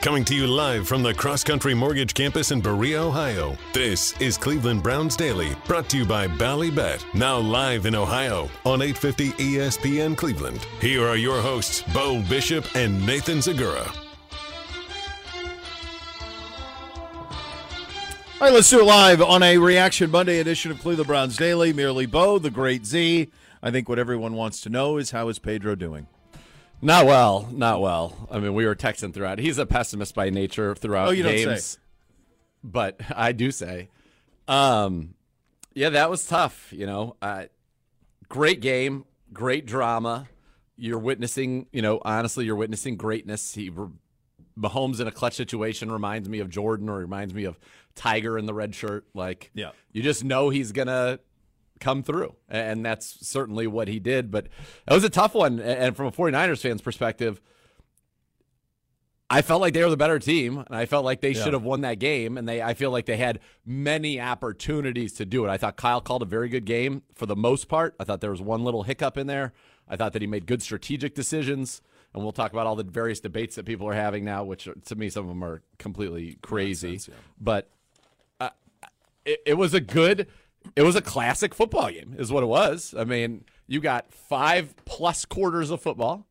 Coming to you live from the Cross Country Mortgage Campus in Berea, Ohio. This is Cleveland Browns Daily, brought to you by Ballybet, now live in Ohio on E 850 ESPN Cleveland. Here are your hosts, Bo Bishop and Nathan Zagura. All right, let's do it live on a Reaction Monday edition of Cleveland Browns Daily. Merely Bo, the great Z. I think what everyone wants to know is how is Pedro doing? Not well, not well. I mean, we were texting throughout. He's a pessimist by nature throughout Oh, you don't games, say. but I do say, um, yeah, that was tough. You know, uh, great game, great drama. You're witnessing, you know, honestly, you're witnessing greatness. He, Mahomes in a clutch situation reminds me of Jordan, or reminds me of Tiger in the red shirt. Like, Yeah. you just know he's gonna come through. And that's certainly what he did. But it was a tough one. And from a 49ers fan's perspective, I felt like they were the better team, and I felt like they should have won that game. And they, I feel like they had many opportunities to do it. I thought Kyle called a very good game for the most part. I thought there was one little hiccup in there. I thought that he made good strategic decisions. And we'll talk about all the various debates that people are having now, which are, to me, some of them are completely crazy. But uh, it, it was a good it was a classic football game is what it was i mean you got five plus quarters of football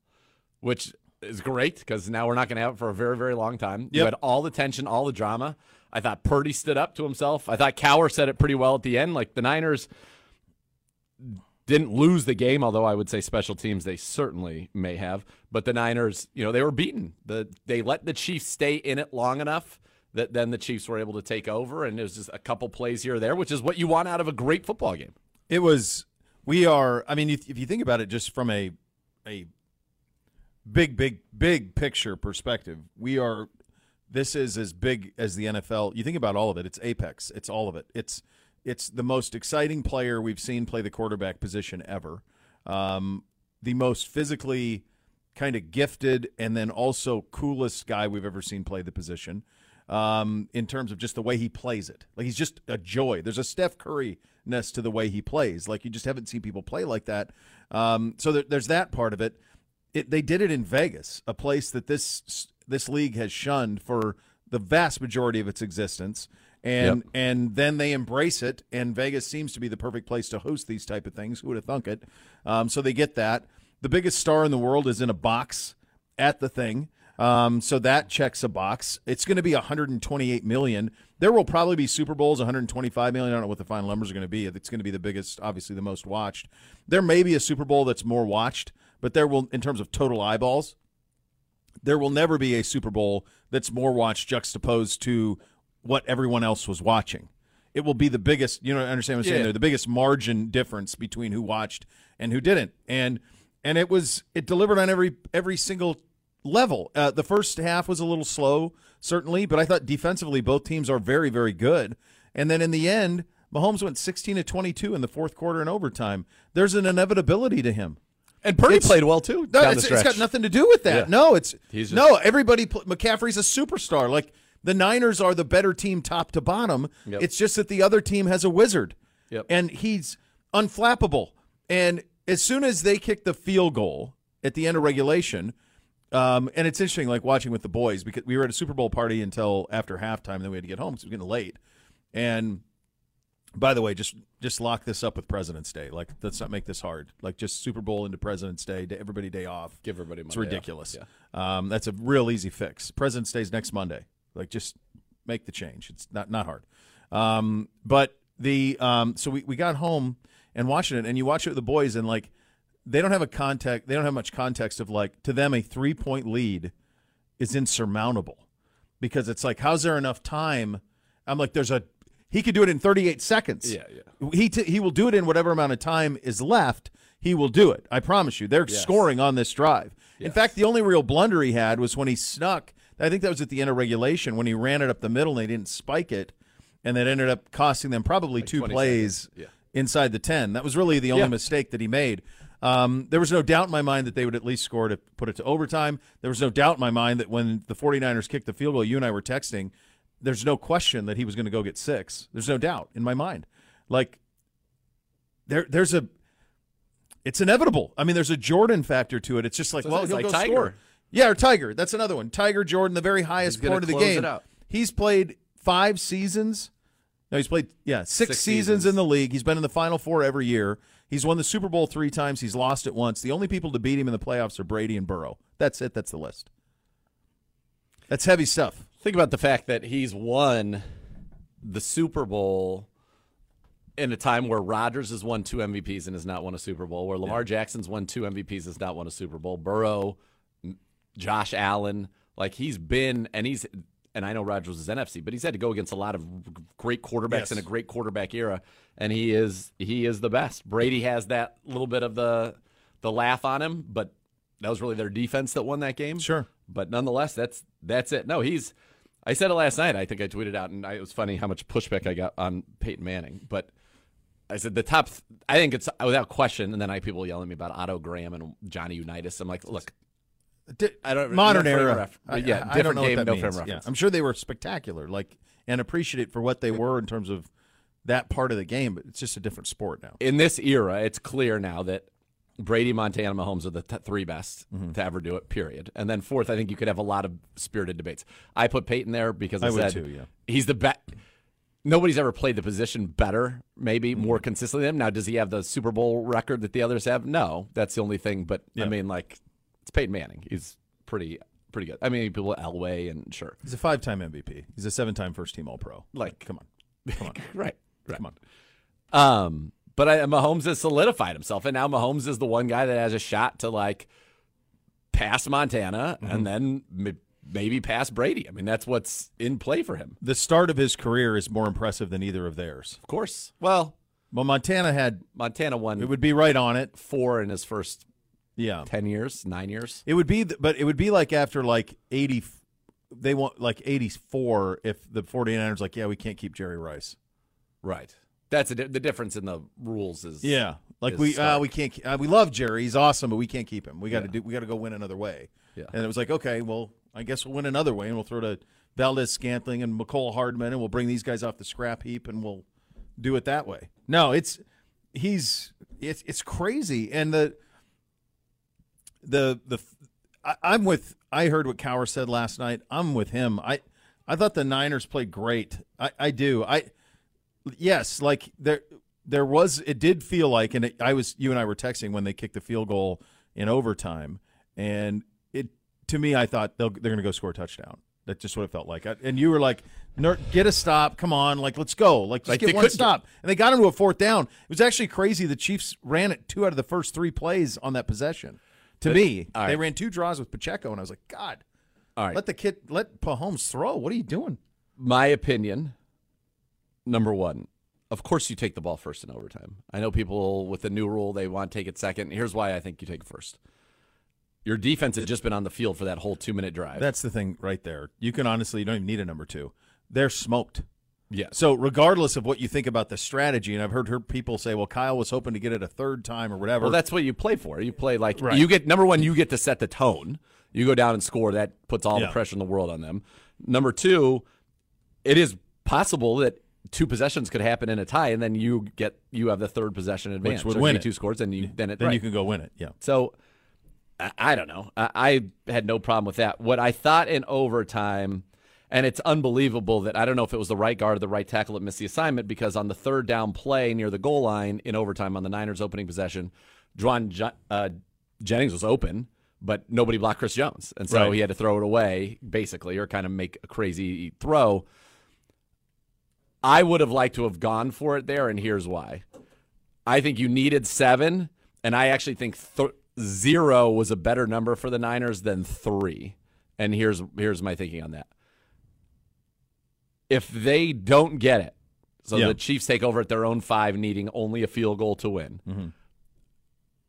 which is great because now we're not going to have it for a very very long time you Yep. had all the tension all the drama i thought purdy stood up to himself i thought cower said it pretty well at the end like the niners didn't lose the game although i would say special teams they certainly may have but the niners you know they were beaten the, they let the chiefs stay in it long enough that then the Chiefs were able to take over, and it was just a couple plays here or there, which is what you want out of a great football game. It was. We are. I mean, if, if you think about it, just from a a big, big, big picture perspective, we are. This is as big as the NFL. You think about all of it. It's apex. It's all of it. It's it's the most exciting player we've seen play the quarterback position ever. Um, the most physically kind of gifted and then also coolest guy we've ever seen play the position um, in terms of just the way he plays it. Like he's just a joy. There's a Steph Curry ness to the way he plays. Like you just haven't seen people play like that. Um, so there, there's that part of it. it. They did it in Vegas, a place that this this league has shunned for the vast majority of its existence. And and then they embrace it, and Vegas seems to be the perfect place to host these type of things. Who would have thunk it? Um, so they get that. The biggest star in the world is in a box at the thing. Um, so that checks a box. It's going to be 128 million. There will probably be Super Bowls 125 million. I don't know what the final numbers are going to be. It's going to be the biggest, obviously the most watched. There may be a Super Bowl that's more watched, but there will, in terms of total eyeballs, there will never be a Super Bowl that's more watched juxtaposed to what everyone else was watching. It will be the biggest, you know, understand what I'm saying Yeah. there, the biggest margin difference between who watched and who didn't. And and it was it delivered on every every single level. Uh, the first half was a little slow, certainly, but I thought defensively both teams are very very good. And then in the end, Mahomes went 16 to 22 in the fourth quarter and overtime. There's an inevitability to him. And Purdy It's- played well too. No, down it's, the it's got stretch. nothing to do with that. Yeah. No, it's He's just- no. Everybody, pl- McCaffrey's a superstar. Like the Niners are the better team, top to bottom. Yep. It's just that the other team has a wizard, Yep. and he's unflappable. And as soon as they kick the field goal at the end of regulation, um, and it's interesting, like watching with the boys because we were at a Super Bowl party until after halftime. Then we had to get home because it was getting late, and. By the way, just just lock this up with President's Day. Like, let's not make this hard. Like, just Super Bowl into President's Day, day- everybody day off. Give everybody money. It's ridiculous. Um, that's a real easy fix. President's Day's next Monday. Like, just make the change. It's not not hard. Um, but the um, so we, we got home and watching it, and you watch it with the boys, and like they don't have a context. They don't have much context of like to them a three point lead is insurmountable. because it's like, how's there enough time? I'm like, there's a he could do it in 38 seconds. Yeah, yeah. He t- he will do it in whatever amount of time is left. He will do it. I promise you. They're scoring on this drive. In fact, the only real blunder he had was when he snuck. I think that was at the end of regulation when he ran it up the middle and they didn't spike it, and that ended up costing them probably two 20 plays Yeah. inside the 10. That was really the only Yeah. mistake that he made. Um, there was no doubt in my mind that they would at least score to put it to overtime. There was no doubt in my mind that when the 49ers kicked the field goal, you and I were texting, there's no question that he was going to go get six. There's no doubt in my mind. Like, there, there's a, it's inevitable. I mean, there's a Jordan factor to it. It's just like, So well, it's he'll like go Tiger. score. Yeah, or Tiger. That's another one. Tiger Jordan, the very highest gonna point of the close game. it out. He's played five seasons. No, he's played yeah six, Six seasons, seasons. in the league. He's been in the Final Four every year. He's won the Super Bowl three times. He's lost it once. The only people to beat him in the playoffs are Brady and Burrow. That's it. That's the list. That's heavy stuff. Think about the fact that he's won the Super Bowl in a time where Rodgers has won two MVPs and has not won a Super Bowl, where Lamar Jackson's won two MVPs and has not won a Super Bowl, Burrow, m- Josh Allen, like he's been and he's and I know Rodgers is NFC, but he's had to go against a lot of great quarterbacks Yes. in a great quarterback era, and he is he is the best. Brady has that little bit of the the laugh on him, but that was really their defense that won that game. Sure. But nonetheless, that's that's it. No, he's. I said it last night. I think I tweeted out, and I, it was funny how much pushback I got on Peyton Manning. But I said the top. th- I think it's without question. And then I had people yelling at me about Otto Graham and Johnny Unitas. I'm like, look, Di- I don't- modern no frame era. ref- I- yeah, I- I don't different know what game, that no means. frame Yeah, reference. I'm sure they were spectacular, like and appreciated for what they were in terms of that part of the game. But it's just a different sport now. in this era, it's clear now that Brady, Montana, Mahomes are the t- three best Mm-hmm. to ever do it. Period. And then fourth, I think you could have a lot of spirited debates. I put Peyton there because I, I would said too, yeah. he's the best. Nobody's ever played the position better, maybe Mm-hmm. more consistently than him. Now, does he have the Super Bowl record that the others have? No, that's the only thing. But I mean, like, it's Peyton Manning. He's pretty, pretty good. I mean, people Elway and sure, He's a five-time MVP. He's a seven-time first-team All-Pro. Like- come on, come on, right, right. come on. Um, but I, Mahomes has solidified himself, and now Mahomes is the one guy that has a shot to like pass Montana Mm-hmm. and then m- maybe pass Brady. I mean, that's what's in play for him, The start of his career is more impressive than either of theirs. of course. Well, Well, Montana had Montana won it would be right on it. four in his first Yeah, ten years, nine years. it would be, th- but it would be like after like eighty, they want like eighty four. If the 49ers like, yeah, we can't keep Jerry Rice. Right. That's a di- the difference in the rules. Is Yeah, like Is we uh, stark. we can't ke- uh, we love Jerry. He's awesome, but we can't keep him. We got to do we got to go win another way. Yeah. and it was like, okay, well, I guess we'll win another way, and we'll throw to Valdez Scantling and McCole Hardman, and we'll bring these guys off the scrap heap, and we'll do it that way. No, it's he's it's it's crazy, and the the the I, I'm with I heard what Cower said last night. I'm with him. I I thought the Niners played great. I I do. I yes, like there there was it did feel like and it, I was you and I were texting when they kicked the field goal in overtime and it to me I thought they'll, they're going to go score a touchdown. That's just what it felt like. I, and you were like "Ner- get a stop. Come on. Like, let's go. Like, just Like, get they one couldn't- stop. And they got into a fourth down. It was actually crazy. The Chiefs ran it two out of the first three plays on that possession. To me, all right. they ran two draws with Pacheco, and I was like, God, All right. let the kid, let Mahomes throw. What are you doing? my opinion, number one, of course you take the ball first in overtime. I know people with the new rule they want to take it second. Here's why I think you take it first. Your defense has just been on the field for that whole two minute drive. That's the thing right there. You can honestly, you don't even need a number two. They're smoked. yes. So, regardless of what you think about the strategy, and I've heard her people say, well, Kyle was hoping to get it a third time or whatever. Well, that's what you play for. You play like Right. you get number one. You get to set the tone. You go down and score. That puts all Yeah. the pressure in the world on them. Number two, it is possible that two possessions could happen in a tie, and then you get you have the third possession advantage. would So if win you it. get two scores, and you then it then right. you can go win it. Yeah. So I, I don't know. I, I had no problem with that. What I thought in overtime, and it's unbelievable that I don't know if it was the right guard or the right tackle that missed the assignment because on the third down play near the goal line in overtime on the Niners' opening possession, Juan Jo- uh, Jennings was open. But nobody blocked Chris Jones. And so Right. he had to throw it away, basically, or kind of make a crazy throw. I would have liked to have gone for it there, and here's why. I think you needed seven, and I actually think th- zero was a better number for the Niners than three. And here's here's my thinking on that. if they don't get it, so Yeah. the Chiefs take over at their own five, needing only a field goal to win. Mm-hmm.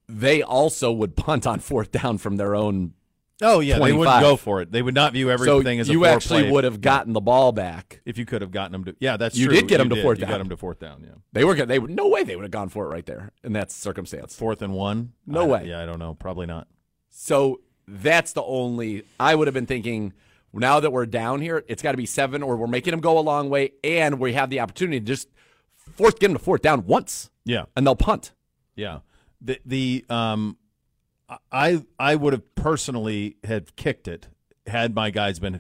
They also would punt on fourth down from their own. Oh yeah, they wouldn't 25. go for it. They would not view everything so as a you four actually play would have gotten the ball back. if you could have gotten them to. Yeah, that's You true. did get 'em to fourth you got down. them to fourth down. Yeah, They were gonna- they would no way they would have gone for it right there in that circumstance. fourth and one. No I- way. Yeah, I don't know. Probably not. So that's the only I would have been thinking. Now that we're down here, it's got to be seven, or we're making them go a long way, and we have the opportunity to just fourth get them to fourth down once, Yeah, and they'll punt. yeah. The the um, I I would have personally had kicked it had my guys been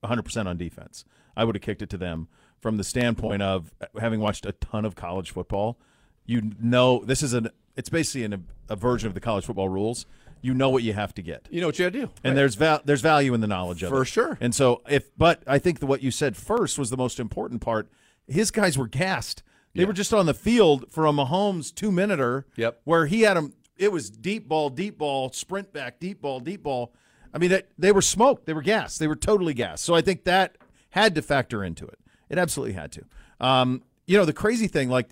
100 percent on defense. I would have kicked it to them from the standpoint of having watched a ton of college football. You know, this is an it's basically an, a version of the college football rules. You know what you have to get. You know what you got to do. and there's val- there's value in the knowledge of For it. sure. And so if but I think that what you said first was the most important part. His guys were gassed. They were just on the field for a Mahomes two minuter. Yep. Where he had him. It was deep ball, deep ball, sprint back, deep ball, deep ball. I mean, that, they were smoked. They were gassed. They were totally gassed. So I think that had to factor into it. It absolutely had to. Um, you know, the crazy thing, like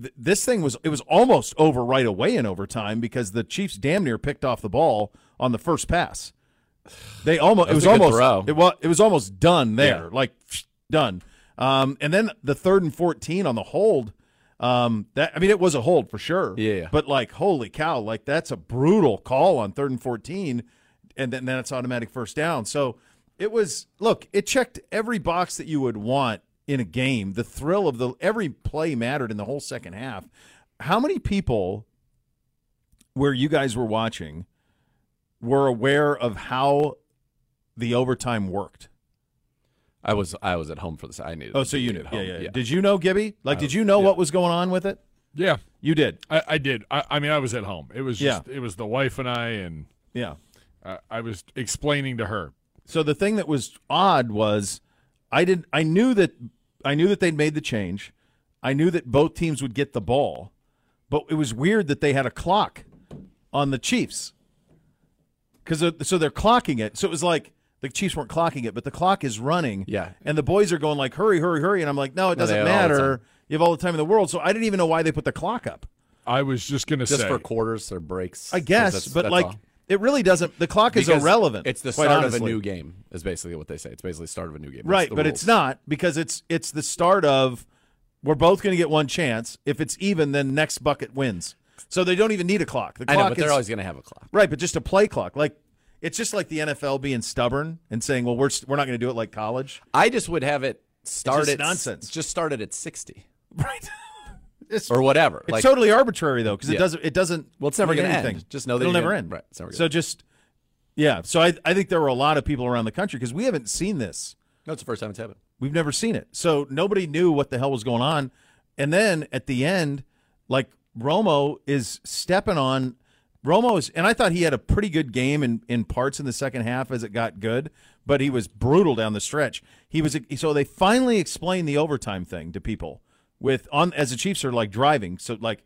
th- this thing was it was almost over right away in overtime because the Chiefs damn near picked off the ball on the first pass. They almost it That's was a good almost throw. it was it was almost done there, like psh, done. Um, and then the third and fourteen on the hold. Um, that I mean, it was a hold for sure. Yeah. But like, holy cow! Like that's a brutal call on third and fourteen, and then then it's automatic first down. So it was look, it checked every box that you would want in a game. The thrill of the every play mattered in the whole second half. How many people where you guys were watching were aware of how the overtime worked? I was I was at home for this. I needed. Oh, to so you be knew? at Yeah, home. Uh, yeah. Did you know, Gibby? Like, did you know what was going on with it? Yeah, You did. I, I did. I, I mean, I was at home. It was just it was the wife and I, and Yeah. uh, I was explaining to her. So the thing that was odd was I didn't I knew that I knew that they'd made the change. I knew that both teams would get the ball, but it was weird that they had a clock on the Chiefs. Cuz so they're clocking it. So it was like the Chiefs weren't clocking it, but the clock is running. Yeah. And the boys are going like hurry, hurry, hurry and I'm like, "No, it No, they doesn't have all the matter. You have all the time in the world." So I didn't even know why they put the clock up. I was just gonna Just say for quarters or breaks. I guess, That's- but that's like all. it really doesn't the clock is Because irrelevant. It's the quite start of a honestly. new game. Is basically what they say. It's basically the start of a new game. That's Right, the but it's rules. not because it's it's the start of we're both going to get one chance. If it's even, then next bucket wins. So they don't even need a clock. The I clock know, but is they're always going to have a clock. right, but just a play clock. Like it's just like the NFL being stubborn and saying, "Well, we're st- we're not going to do it like college." I just would have it start just at nonsense. Just started at sixty Right. it's or whatever. it's like, totally arbitrary though because it Yeah. doesn't it doesn't Well, it's never mean gonna end. anything. Just know that it'll you're never gonna- end. right, it's never gonna so just yeah. So I I think there were a lot of people around the country because we haven't seen this. no, it's the first time it's happened. We've never seen it. So nobody knew what the hell was going on. And then at the end, like Romo is stepping on Romo's and I thought he had a pretty good game in, in parts in the second half as it got good, but he was brutal down the stretch. He was so they finally explained the overtime thing to people with on as the Chiefs are like driving. So like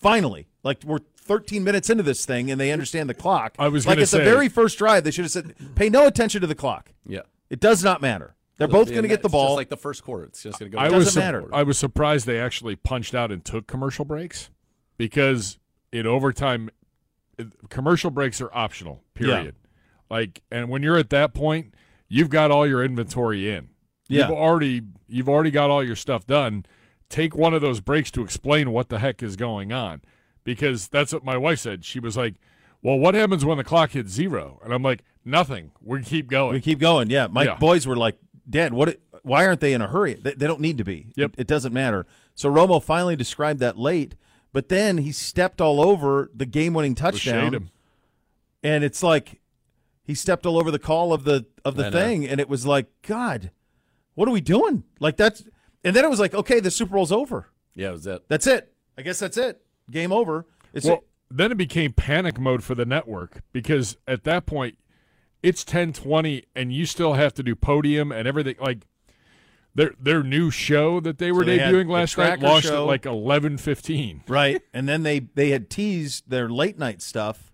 finally, like we're 13 minutes into this thing and they understand the clock. I was like gonna it's the say- very first drive. They should have said, pay no attention to the clock. Yeah, It does not matter. They're both going to get the It's ball. Just like the first quarter, it's just going to go. I down. was doesn't sur- matter. I was surprised they actually punched out and took commercial breaks because in overtime, it- commercial breaks are optional. Period. Like, and when you're at that point, you've got all your inventory in. Yeah. You've already you've already got all your stuff done. Take one of those breaks to explain what the heck is going on, because that's what my wife said. She was like, "Well, what happens when the clock hits zero? And I'm like, "Nothing. We keep going." we keep going. Yeah, my Yeah. boys were like, "Dad, what? Why aren't they in a hurry? They, they don't need to be. Yep. It, it doesn't matter." So Romo finally described that late, but then he stepped all over the game-winning Well, shade touchdown, 'em. and it's like he stepped all over the call of the of the I know. thing, and it was like, God, what are we doing? Like that's, and then it was like, okay, the Super Bowl's over. yeah, it was it. That's it. I guess that's it. Game over. It's Well, then it became panic mode for the network because at that point it's 10:20 and you still have to do podium and everything like their their new show that they were they had debuting the last night Cracker launched Show. at like 11:15. right and then they they had teased their late night stuff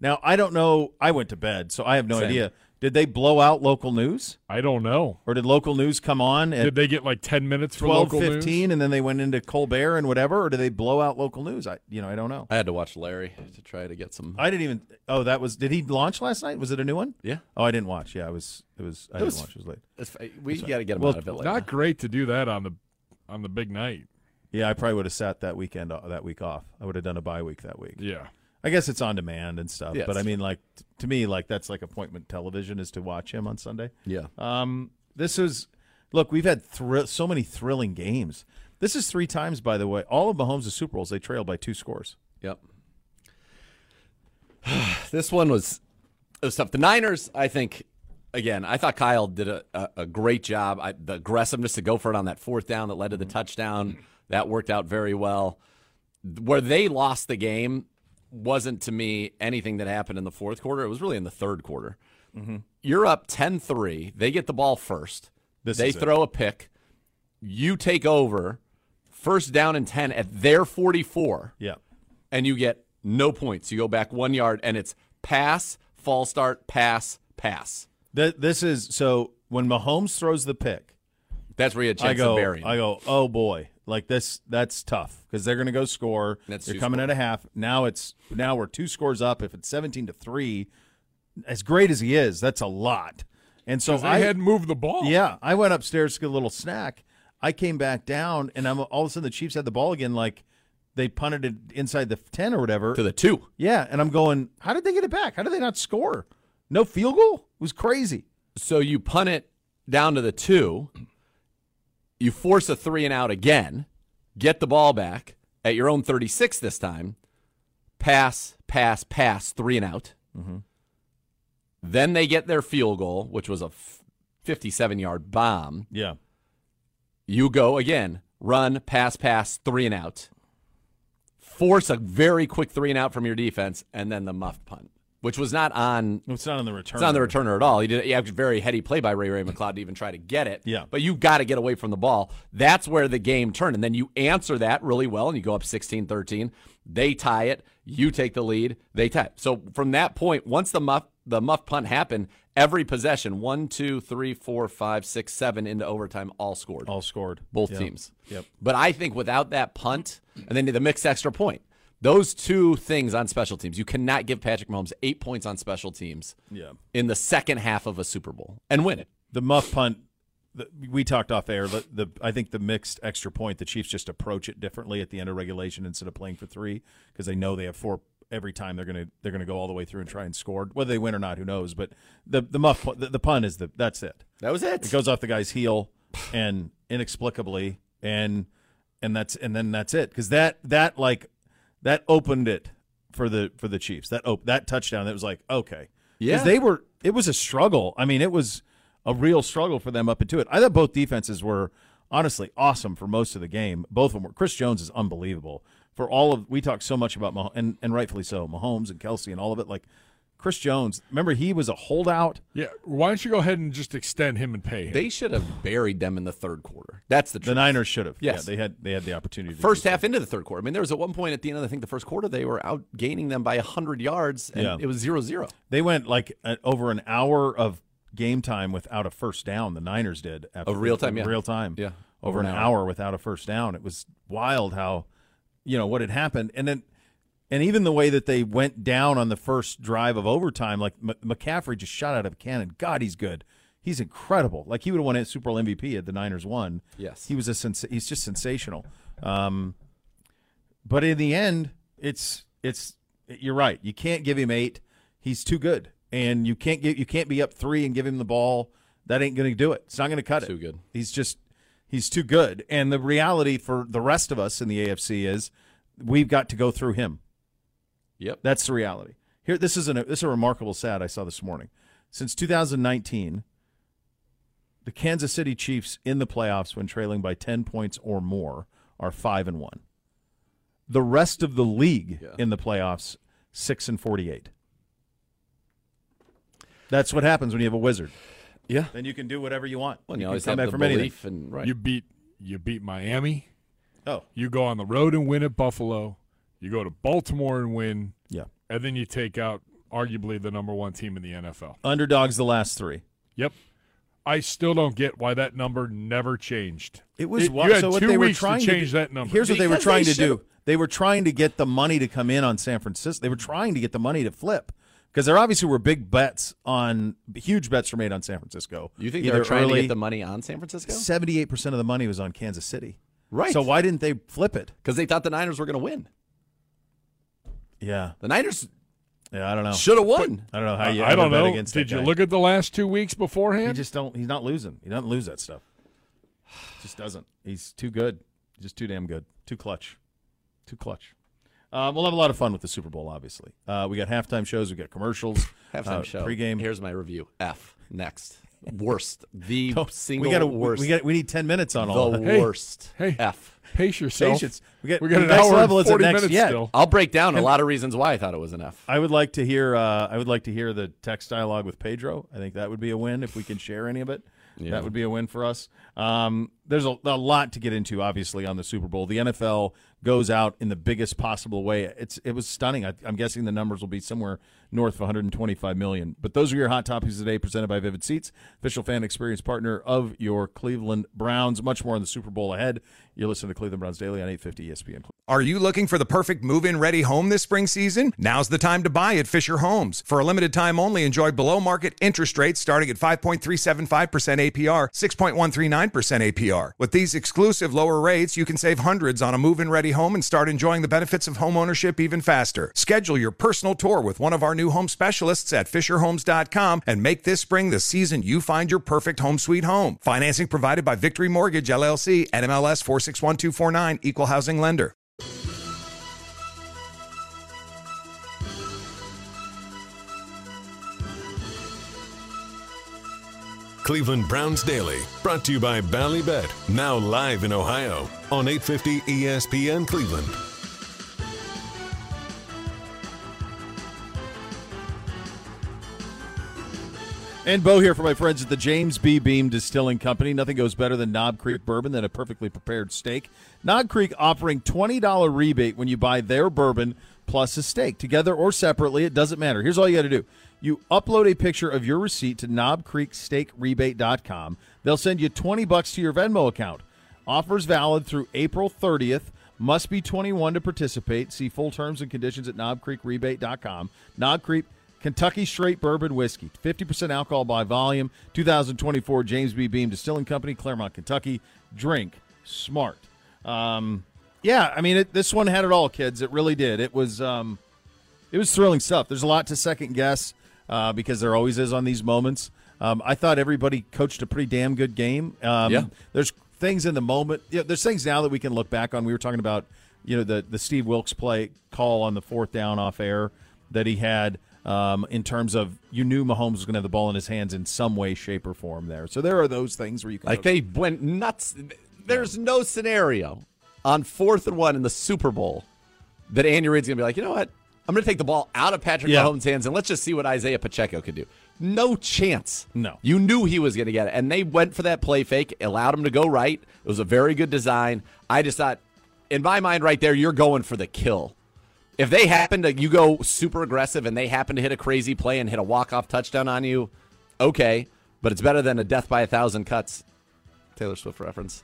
now i don't know i went to bed so i have no Same. idea Did they blow out local news, I don't know. or did local news come on at Did they get like ten minutes for twelve local news? fifteen, and then they went into Colbert and whatever, or did they blow out local news? I, you know, I don't know. I had to watch Larry to try to get some. I didn't even. Oh, that was. Did he launch last night? Was it a new one? Yeah. Oh, I didn't watch. Yeah, I was. It was. I was- didn't watch. It was late. It's, we got to get him Well, out of it later. Not great to do that on the on the big night. Yeah, I probably would have sat that weekend uh, that week off. I would have done a bye week that week. Yeah. I guess it's on demand and stuff. Yeah, but I it's- mean, like t- to me, like that's like appointment television is to watch him on Sunday. yeah. Um, this is look. We've had thr- so many thrilling games. This is three times, by the way. All of Mahomes' Super Bowls, they trailed by two scores. Yep. this one was, it was tough. The Niners, I think, again, I thought Kyle did a, a, a great job. I, the aggressiveness to go for it on that fourth down that led to the touchdown, that worked out very well. Where they lost the game wasn't to me anything that happened in the fourth quarter. It was really in the third quarter. Mm-hmm. You're up 10 3. They get the ball first. This they is it. throw a pick. You take over. First down and 10 at their 44 Yeah, and you get no points. You go back one yard, and it's pass, false start, pass, pass. Th- this is so when Mahomes throws the pick, That's where you had a chance I go, of burying. I go, oh boy, like this, that's tough because they're going to go score. That's they're two coming at a half. Now it's now we're two scores up. If it's seventeen to three, as great as he is, that's a lot. And so Because they I hadn't moved the ball. yeah, I went upstairs to get a little snack. I came back down, and I'm all of a sudden the Chiefs had the ball again. Like they punted it inside the ten or whatever. to the two. yeah, and I'm going, how did they get it back? How did they not score? No field goal. It was crazy. So you punt it down to the two. You force a three and out again. Get the ball back at your own 36 this time. Pass, pass, pass, three and out. Mm-hmm. Then they get their field goal, which was a 57 yard bomb. Yeah, You go again, run, pass, pass, three and out. Force a very quick three and out from your defense, and then the muffed punt, which was not on. it's not on the return. It's not on the returner at all. He did. He had a very heady play by Ray Ray McLeod to even try to get it. Yeah. But you got to get away from the ball. That's where the game turned, and then you answer that really well, and you go up 16-13. They tie it. You take the lead. They tie. It. So from that point, once the muff the muff punt happened, every possession one, two, three, four, five, six, seven into overtime, all scored all scored. both Yeah. teams. Yep. But I think without that punt and then the mixed extra point, those two things on special teams, you cannot give Patrick Mahomes eight points on special teams Yeah. in the second half of a Super Bowl and win it. the muff punt the, we talked off air the, the i think the mixed extra point the chiefs just approach it differently at the end of regulation instead of playing for three because they know they have four every time they're gonna they're gonna go all the way through and try and score whether they win or not who knows but the the muff pu- the, the pun is the that's it That was it goes off the guy's heel and inexplicably and and that's and then that's it because that that like that opened it for the for the chiefs that op- that touchdown that was like okay 'Cause Yeah. they were it was a struggle i mean it was a real struggle for them up into it i thought both defenses were honestly awesome for most of the game both of them were chris jones is unbelievable for all of we talk so much about Mah- and and rightfully so mahomes and kelsey and all of it like chris jones remember he was a holdout Yeah. Why don't you go ahead and just extend him and pay him? They should have buried them in the third quarter. That's the The truth. Niners should have. Yes. Yeah, they had they had the opportunity. To First do so. half into the third quarter. I mean, there was at one point at the end of I think the first quarter they were out gaining them by hundred yards and Yeah. it was zero zero. they went like uh over an hour of game time without a first down. The Niners did after Of Oh, real time, yeah. real time, Yeah. over, an, hour. without a first down. It was wild how you know what had happened, and then and even the way that they went down on the first drive of overtime, like M- McCaffrey just shot out of a cannon. God, he's good. He's incredible. Like he would have won a Super Bowl MVP had the Niners won. Yes. he was a sens- he's just sensational. Um, but in the end, it's it's you're right. You can't give him eight. He's too good, and you can't get you can't be up three and give him the ball. That ain't going to do it. It's not going to cut it. Too good. He's just he's too good. And the reality for the rest of us in the AFC is we've got to go through him. Yep. That's the reality. Here, this is an this is a remarkable stat I saw this morning. Since 2019, the Kansas City Chiefs in the playoffs, when trailing by 10 points or more, are five and one. The rest of the league Yeah. in the playoffs, six and 48. That's what happens when you have a wizard. Yeah. Then you can do whatever you want. Well, you, can always come have back the from anything. belief and right. You beat you beat Miami. Oh, You go on the road and win at Buffalo. You go to Baltimore and win, yeah. and then you take out arguably the number one team in the NFL. Underdogs the last three. Yep. I still don't get why that number never changed. It was you wa- had so what two they were weeks trying to to change do- that number. Here's what they were Because they trying to do. They were trying to get the money to come in on San Francisco. They were trying to get the money to flip because there obviously were big bets on huge bets were made on San Francisco. You think they're trying to get the money on San Francisco? Seventy-eight percent of the money was on Kansas City. Right. So why didn't they flip it? Because they thought the Niners were going to win. Yeah. The Niners Yeah. I don't know. should have won. I don't know how I, you. I don't ever bet know. Against Did that you guy. look at the last two weeks He beforehand? just don't. He's not losing. He doesn't lose that stuff. Just doesn't. He's too good. Just too damn good. Too clutch. Too clutch. Uh, we'll have a lot of fun with the Super Bowl. Obviously, uh, we got halftime shows. We got commercials. Halftime uh, show. Pregame. Here's my review. F. Next. Worst. The single we gotta- we- worst. We got. We need ten minutes on all. the of that. Hey, worst. hey. F. Pace yourself. Patience. We got. We got the an next hour level and isn't 40 next minutes yet. still. I'll break down a lot of reasons why I thought it was an F. I would like to hear. Uh, I would like to hear the text dialogue with Pedro. I think that would be a win if we can share any of it. That would be a win for us. Um, there's a, a lot to get into, obviously, on the Super Bowl. The NFL goes out in the biggest possible way. It's it was stunning. I, I'm guessing the numbers will be somewhere north of 125 million. But those are your hot topics today, presented by Vivid Seats, official fan experience partner of your Cleveland Browns. Much more on the Super Bowl ahead. You're listening to Cleveland Browns Daily on E 850 ESPN. Are you looking for the perfect move in ready home this spring season? Now's the time to buy at Fisher Homes. For a limited time only, enjoy below market interest rates starting at 5.375% APR, 6.139% APR. With these exclusive lower rates, you can save hundreds on a move in ready home and start enjoying the benefits of home ownership even faster. Schedule your personal tour with one of our new home specialists at FisherHomes.com and make this spring the season you find your perfect home sweet home. Financing provided by Victory Mortgage, LLC, NMLS 461249, Equal Housing Lender. Cleveland Browns Daily, brought to you by Ballybet, now live in Ohio on E 850 ESPN Cleveland. And Bo here for my friends at the James B. Beam Distilling Company. Nothing goes better than Knob Creek bourbon than a perfectly prepared steak. Knob Creek offering $20 rebate when you buy their bourbon plus a steak, together or separately. It doesn't matter. Here's all you got to do you upload a picture of your receipt to knobcreeksteakrebate.com. They'll send you 20 bucks to your Venmo account. Offers valid through April 30th. Must be 21 to participate. See full terms and conditions at knobcreekrebate.com. Knob Creek, Kentucky Straight Bourbon Whiskey, 50% alcohol by volume, 2024 James B. Beam Distilling Company, Claremont, Kentucky. Drink smart. Um, yeah, I mean, it, this one had it all, kids. It really did. It was. Um, it was thrilling stuff. There's a lot to second guess uh, because there always is on these moments. Um, I thought everybody coached a pretty damn good game. Um, Yeah. There's things in the moment. You know, there's things now that we can look back on. We were talking about you know the the Steve Wilkes play call on the fourth down off air that he had um, in terms of you knew Mahomes was going to have the ball in his hands in some way, shape, or form. There, so there are those things where you can Like go- they went nuts. There's no scenario on fourth and one in the Super Bowl that Andy Reid's gonna be like, you know what? I'm gonna take the ball out of Patrick Yeah. Mahomes' hands and let's just see what Isaiah Pacheco can do. No chance. No. You knew he was gonna get it. And they went for that play fake, allowed him to go right. It was a very good design. I just thought, in my mind right there, you're going for the kill. If they happen to you go super aggressive and they happen to hit a crazy play and hit a walk off touchdown on you, okay. But it's better than a death by a thousand cuts Taylor Swift reference.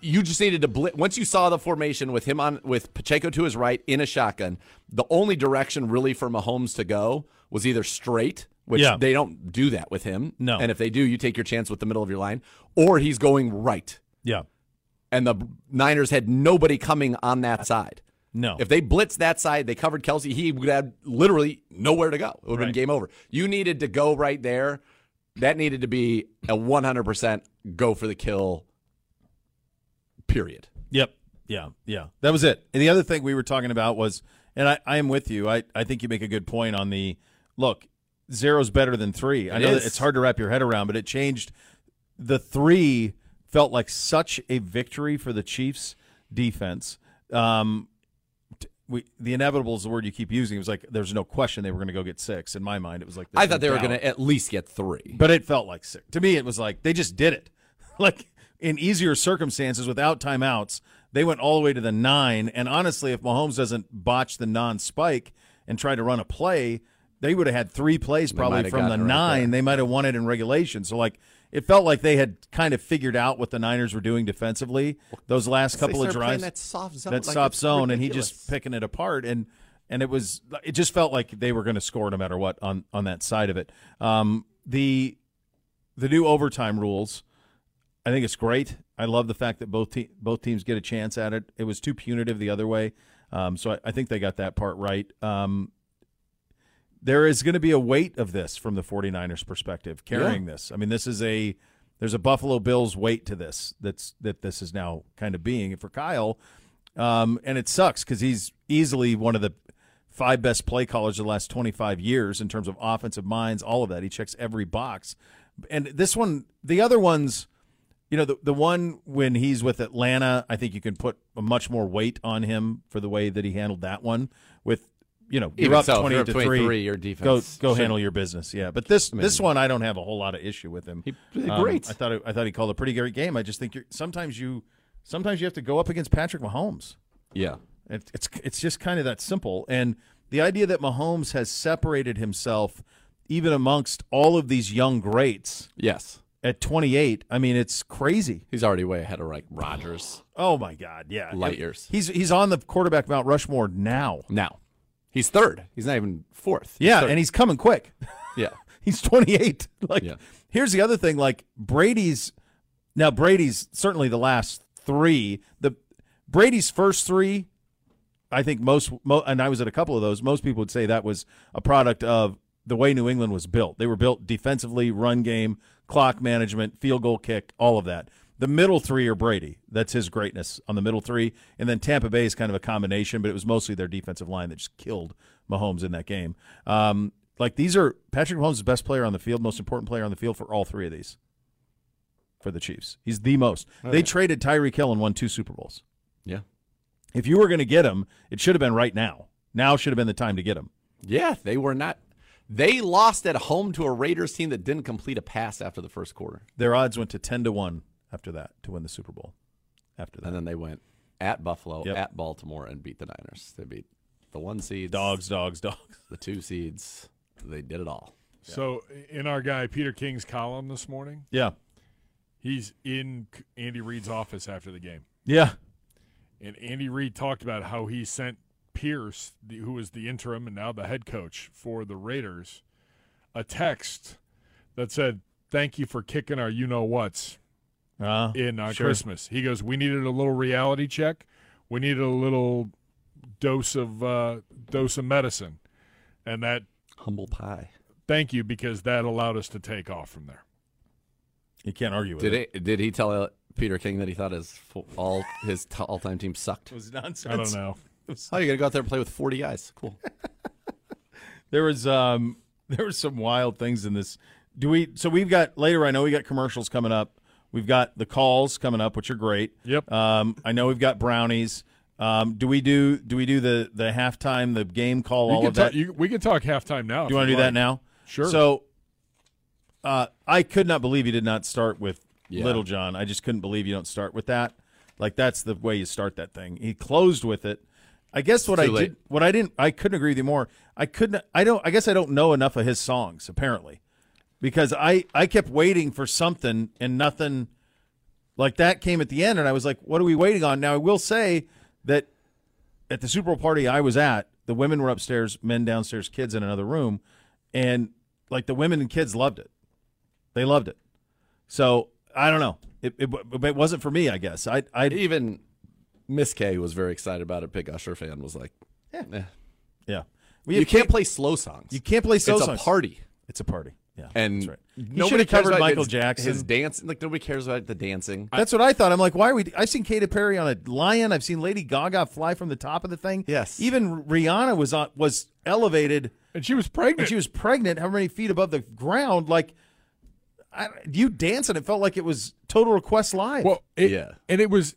You just needed to bl- once you saw the formation with him on with Pacheco to his right in a shotgun. The only direction really for Mahomes to go was either straight, which Yeah. they don't do that with him. No. and if they do, you take your chance with the middle of your line, or he's going right. yeah, And the Niners had nobody coming on that side. no, If they blitzed that side, they covered Kelsey, he would have literally nowhere to go. It would have been Right. game over. You needed to go right there. That needed to be a 100% go for the kill, period. Yep. Yeah. Yeah. That was it. And the other thing we were talking about was, and I, I am with you. I, I think you make a good point on the look, zero's better than three. I It know is. that it's hard to wrap your head around, but it changed. The three felt like such a victory for the Chiefs defense. Um, t- we, the inevitable is the word you keep using. It was like there's no question they were going to go get six. In my mind, it was like I there's thought no they were doubt. going to at least get three. But it felt like sick. To me, it was like they just did it. Like in easier circumstances without timeouts, they went all the way to the nine. And honestly, if Mahomes doesn't botch the non spike and tried to run a play, they would have had three plays probably might've from the gotten it right nine. there. they might have won it in regulation. So like it felt like they had kind of figured out what the Niners were doing defensively those last couple of started playing drives. that soft zone, that like, soft it's zone, and he ridiculous. just picking it apart and. And it was, it just felt like they were going to score no matter what on, on that side of it. Um, the the new overtime rules, I think it's great. I love the fact that both te- both teams get a chance at it. It was too punitive the other way, um, so I, I think they got that part right. Um, there is going to be a weight of this from the 49ers perspective carrying this. I mean, this is a there's a Buffalo Bills weight to this that's that this is now kind of being for Kyle, um, and it sucks because he's easily one of the five best play callers of the last 25 years in terms of offensive minds, all of that. He checks every box, and this one, the other ones. You know, the, the one when he's with Atlanta, I think you can put a much more weight on him for the way that he handled that one with, you know, you're Even up so, if 20 you're up to 23, 3. your defense Go, go should- handle your business. Yeah. But this this one, I don't have a whole lot of issue with him. He played Um, great. I thought it, I thought he called a pretty great game. I just think you're, sometimes you sometimes you have to go up against Patrick Mahomes. Yeah. It, it's it's just kind of that simple. And the idea that Mahomes has separated himself even amongst all of these young greats Yes. at 28, I mean, it's crazy. He's already way ahead of like Rodgers Oh my God! Yeah, Light years. He's he's on the quarterback Mount Rushmore now. now. He's third. He's not even fourth. He's Yeah, third. and he's coming quick. yeah. he's 28. Like, Yeah. here's the other thing. Like Brady's now Brady's certainly the last three. The Brady's first three, I think most, mo, and I was at a couple of those. Most people would say that was a product of the way New England was built. They were built defensively, run game, clock management, field goal kick, all of that. The middle three are Brady. That's his greatness on the middle three. And then Tampa Bay is kind of a combination, but it was mostly their defensive line that just killed Mahomes in that game. Um, like these are Patrick Mahomes is the best player on the field, most important player on the field for all three of these. For the Chiefs, he's the most. They traded Tyreek Hill and won two Super Bowls. Yeah. If you were going to get him, it should have been right now. Now should have been the time to get him. Yeah. They were not. They lost at home to a Raiders team that didn't complete a pass after the first quarter. Their odds went to 10 to 1 after that to win the Super Bowl. After that. And then they went at Buffalo, Yep. at Baltimore, and beat the Niners. They beat the one seeds, Dogs, dogs, dogs. the two seeds. They did it all. So in our guy Peter King's column this morning, Yeah. he's in Andy Reid's office after the game. Yeah. And Andy Reid talked about how he sent Pierce, the, who was the interim and now the head coach for the Raiders, a text that said, Thank you for kicking our you know what's Uh, in on Sure. Christmas. He goes, We needed a little reality check. We needed a little dose of uh, dose of medicine. And that Humble pie. thank you because that allowed us to take off from there. you can't argue with Did it. he, did he tell uh, Peter King that he thought his fo- all his t- all time team sucked? was nonsense. I don't know. Oh, you're gonna go out there and play with 40 guys. Cool. There was um there were some wild things in this. Do we so we've got later I know we got commercials coming up. We've got the calls coming up, which are great. Yep. Um I know we've got brownies. Um do we do do we do the the halftime, the game call, You Oh, all can of ta- that? you- we can talk halftime now. if Do you want to do like. that now? Sure. So, uh, I could not believe you did not start with Yeah. Little John. I just couldn't believe you don't start with that. Like that's the way you start that thing. He closed with it. I guess what I too late. did, what I didn't, I couldn't agree with you more. I couldn't. I don't. I guess I don't know enough of his songs apparently, because I I kept waiting for something and nothing. Like that came at the end, and I was like, "What are we waiting on?" Now I will say that at the Super Bowl party I was at, the women were upstairs, men downstairs, kids in another room, and like the women and kids loved it. They loved it. So I don't know. It it, it wasn't for me, I guess. I I Even Miss K was very excited about it. Big Usher fan was like, eh. yeah. Well, you, can't play slow songs. you can't play slow it's songs. a party. It's a party. Yeah, And that's right. You should nobody have cares covered about Michael his- Jackson. His dance, like nobody cares about the dancing. that's what I thought. I'm like, why are we? I've seen Katy Perry on a lion. I've seen Lady Gaga fly from the top of the thing. Yes. Even Rihanna was on was elevated. And she was pregnant. and she was pregnant, how many feet above the ground? Like, I, you dancing, it felt like it was Total Request Live. Well, it, Yeah. and it was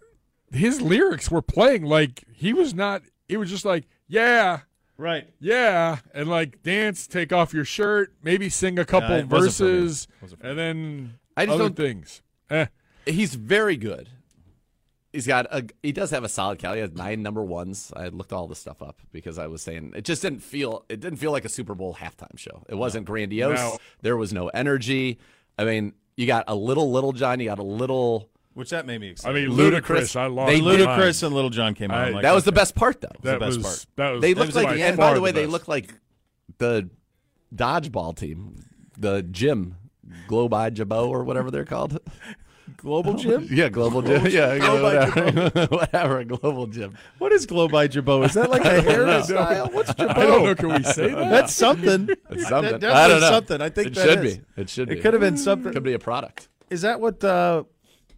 his lyrics were playing like he was not. It was just like yeah, right. yeah, and like dance, take off your shirt, maybe sing a couple Yeah, it wasn't for me. verses, and then I just other don't- things. Eh, He's very good. he's got a he does have a solid count. He has nine number ones. I looked all this stuff up because I was saying it just didn't feel it didn't feel like a Super Bowl halftime show. It wasn't grandiose. No. There was no energy. I mean, you got a little little John, you got a little Which that made me I excited. mean, Ludacris. ludicrous. I lost. They my did- mind. Ludacris and Little John came out. I- I'm like, that was the okay. best part though. That the best was part. that was. they that look was like by and by far the way, they best. look like the dodgeball team. The gym. Globe Eye Jabo or whatever they're called. Global Jim. Yeah, Global Gym. Yeah, Globe-Eye whatever. whatever, Global Gym. What is Globe by Jabo? Is that like a hairstyle? What's Jabo? I don't know. Can we say that? That's something. It's something. That- I don't definitely know. something. I think it that should is. be. It should be. It could have been something. Could be a product. Is that what uh,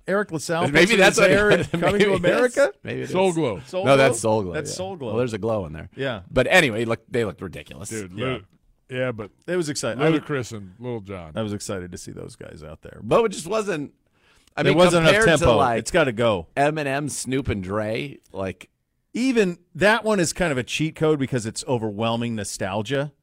Eric LaSalle? Maybe that's what Eric it- coming maybe to it is. America. Maybe it is. Soul Glow. Soul no, Glow? that's soul glow. That's yeah. Soul Glow. Well, there's a glow in there. Yeah. But anyway, look, they looked ridiculous. dude. Yeah. Lu- yeah, but It was exciting. I was, Ludacris and Little John. I was excited to see those guys out there. But But it just wasn't. I mean, there wasn't enough compared tempo. To like it's got to go. Eminem, Snoop, and Dre. Like, Even that one is kind of a cheat code because it's overwhelming nostalgia.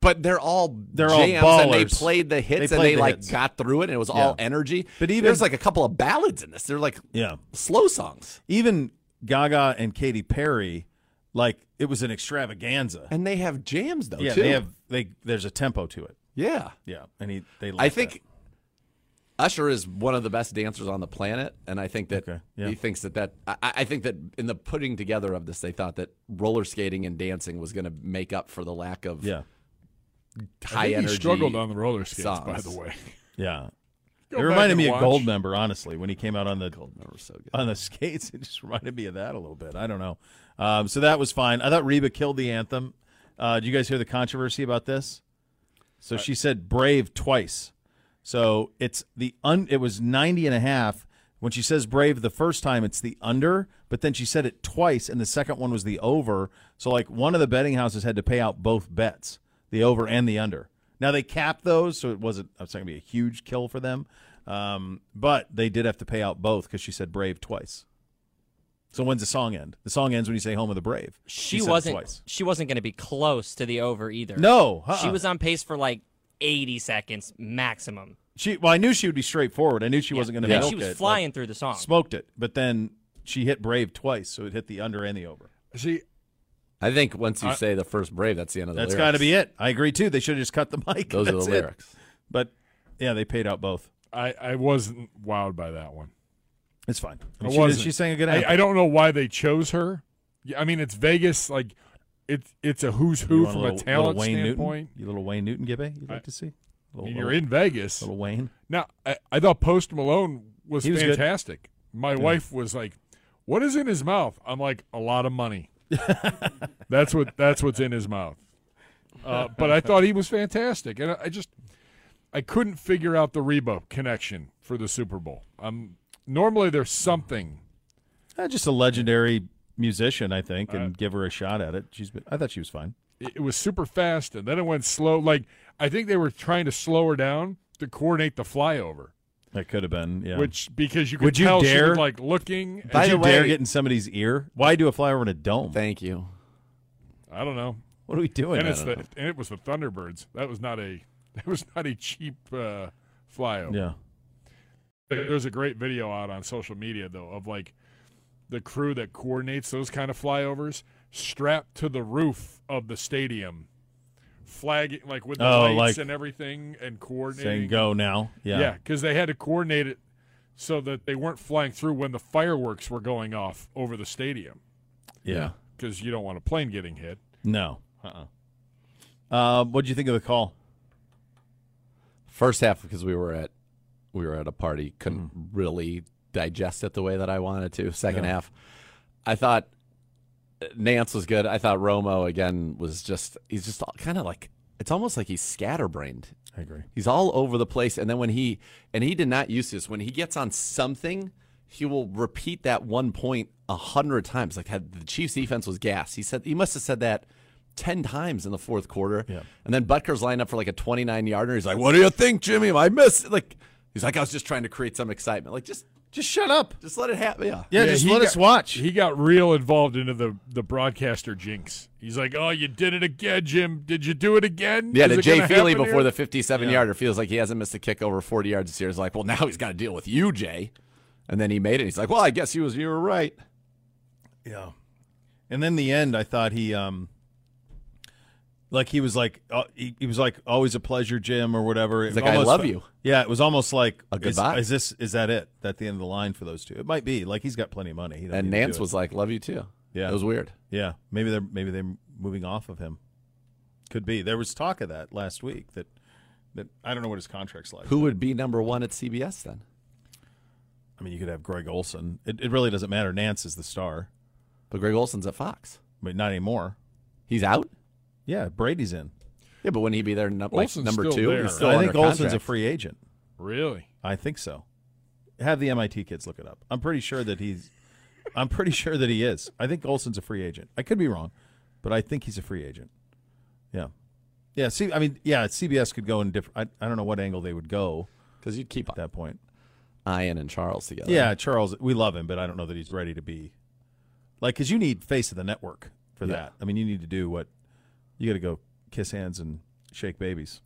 but they're all They're all jams, and they ballers. played the hits, They and played they the like hits. got through it, and it was all Yeah. energy. But even- there's like a couple of ballads in this. They're like Yeah. slow songs, Even Gaga and Katy Perry, like it was an extravaganza. and they have jams though yeah, too. they have they. There's a tempo to it. yeah. Yeah, and he they. I liked think that. Usher is one of the best dancers on the planet, and I think that Okay, yeah. he thinks that that I, I think that in the putting together of this, they thought that roller skating and dancing was going to make up for the lack of Yeah, high I think energy. He struggled on the roller skates, by songs. the way. yeah. Go it back reminded and me watch. of Goldmember, honestly, when he came out on the Remember, so good. on the skates. It just reminded me of that a little bit. I don't know. Um, so that was fine. I thought Reba killed the anthem. Uh, did you guys hear the controversy about this? So Uh, she said brave twice. So it's the un it was 90 and a half. When she says brave the first time, it's the under, but then she said it twice, and the second one was the over. So like one of the betting houses had to pay out both bets, the over and the under. Now they capped those, so it wasn't it's not gonna be a huge kill for them. Um, but they did have to pay out both because she said brave twice. So when's the song end? The song ends when you say home of the brave. She, said it wasn't. twice. She wasn't going to be close to the over either. No, uh-uh. she was on pace for like 80 seconds maximum. She well, I knew she would be straightforward. I knew she wasn't going to Yeah, milk she was it, flying like, through the song. Smoked it, but then she hit Brave twice, so it hit the under and the over. See, I think once you say the first brave, that's the end of the. Uh, That's lyrics. got to be it. I agree too. They should have just cut the mic. Those are the That's it. lyrics. But yeah, they paid out both. I, I wasn't wowed by that one. It's fine. I I mean, she, wasn't. did- she sang a good. I, anthem. I don't know why they chose her. Yeah, I mean, it's Vegas. Like, it's it's a who's You who want from little, a talent little Wayne standpoint. Newton? You little Wayne Newton Gibby? You'd like I- to see? I Little, mean, little, you're in Vegas. little Wayne. Now, I, I thought Post Malone was, He was good. fantastic. My wife was like, "What is in his mouth?" I'm like, "A lot of money." that's what that's what's in his mouth. Uh, but I thought he was fantastic, and I, I just I couldn't figure out the Reba connection for the Super Bowl. Um, normally there's something. Uh, just a legendary musician, I think, Uh, and give her a shot at it. She's. Been, I thought she was fine. It, it was super fast, and then it went slow. Like I think they were trying to slow her down to coordinate the flyover, That could have been. Yeah. which because you could Would you tell she dare- was like looking. and- By Did the you dare way- get in somebody's ear? Why do a flyover in a dome? Thank you. I don't know. What are we doing? and I it's don't the, and it was the Thunderbirds. That was not a that was not a cheap uh, flyover. know. yeah. There- There's a great video out on social media though of like the crew that coordinates those kind of flyovers strapped to the roof of the stadium, flagging like with the Oh, lights like- and everything and coordinating. Saying go now. Yeah. yeah, because they had to coordinate it so that they weren't flying through when the fireworks were going off over the stadium Yeah. because you don't want a plane getting hit. No. Uh-uh. Uh, what would you think of the call? First half because we were at we were at a party, couldn't really digest it the way that I wanted to. Second half, I thought uh, Nance was good. I thought Romo again was just he's just kind of like it's almost like he's scatterbrained. I agree. He's all over the place, and then when he and he did not use this when he gets on something, he will repeat that one point a hundred times. Like had the Chiefs defense was gas. He said he must have said that. 10 times in the fourth quarter. Yeah. And then Butker's lined up for like a 29 yarder. He's like, What do you think, Jimmy? Am I missed? Like, he's like, I was just trying to create some excitement. Like, just Just shut up. just let it happen. Yeah. Yeah, just he let got- us watch. He got real involved into the the broadcaster jinx. He's like, "Oh, you did it again, Jim. Did you do it again?" Yeah, Is to it gonna Jay Feely happen before here?" the 57 yarder feels like he hasn't missed a kick over 40 yards this year. It's like, well, now he's got to deal with you, Jay. And then he made it. He's like, well, I guess he was. You were right. Yeah. And then the end, I thought he, um, like he was like uh, he, he was like always a pleasure, Jim, or whatever. It like, "I almost love fe- you. Yeah, it was almost like A is- goodbye. Is, this is that it? That the end of the line for those two? It might be. Like he's got plenty of money. He don't And need to do Nance it. was like, love you too. Yeah. It was weird. Yeah, maybe they're maybe they're moving off of him. Could be. There was talk of that last week. That that I don't know what his contract's like. Who would be number one at CBS then? I mean, you could have Greg Olson. It, it really doesn't matter. Nance is the star, But Greg Olson's at Fox. but not anymore. He's out. Yeah, Brady's in. Yeah, but wouldn't he be there num- like Olson's number still two? there. He's I still I under think Olson's a contract. free agent. Really? I think so. Have the MIT kids look it up. I'm pretty sure that he's. I'm pretty sure that he is. I think Olson's a free agent. I could be wrong, but I think he's a free agent. Yeah, yeah. See, I mean, yeah. CBS could go in different. I, I don't know what angle they would go because you'd keep at that point. Ian and Charles together. Yeah, Charles, we love him, but I don't know that he's ready to be like because you need face of the network for Yeah. that. I mean, you need to do what you got to go kiss hands and shake babies.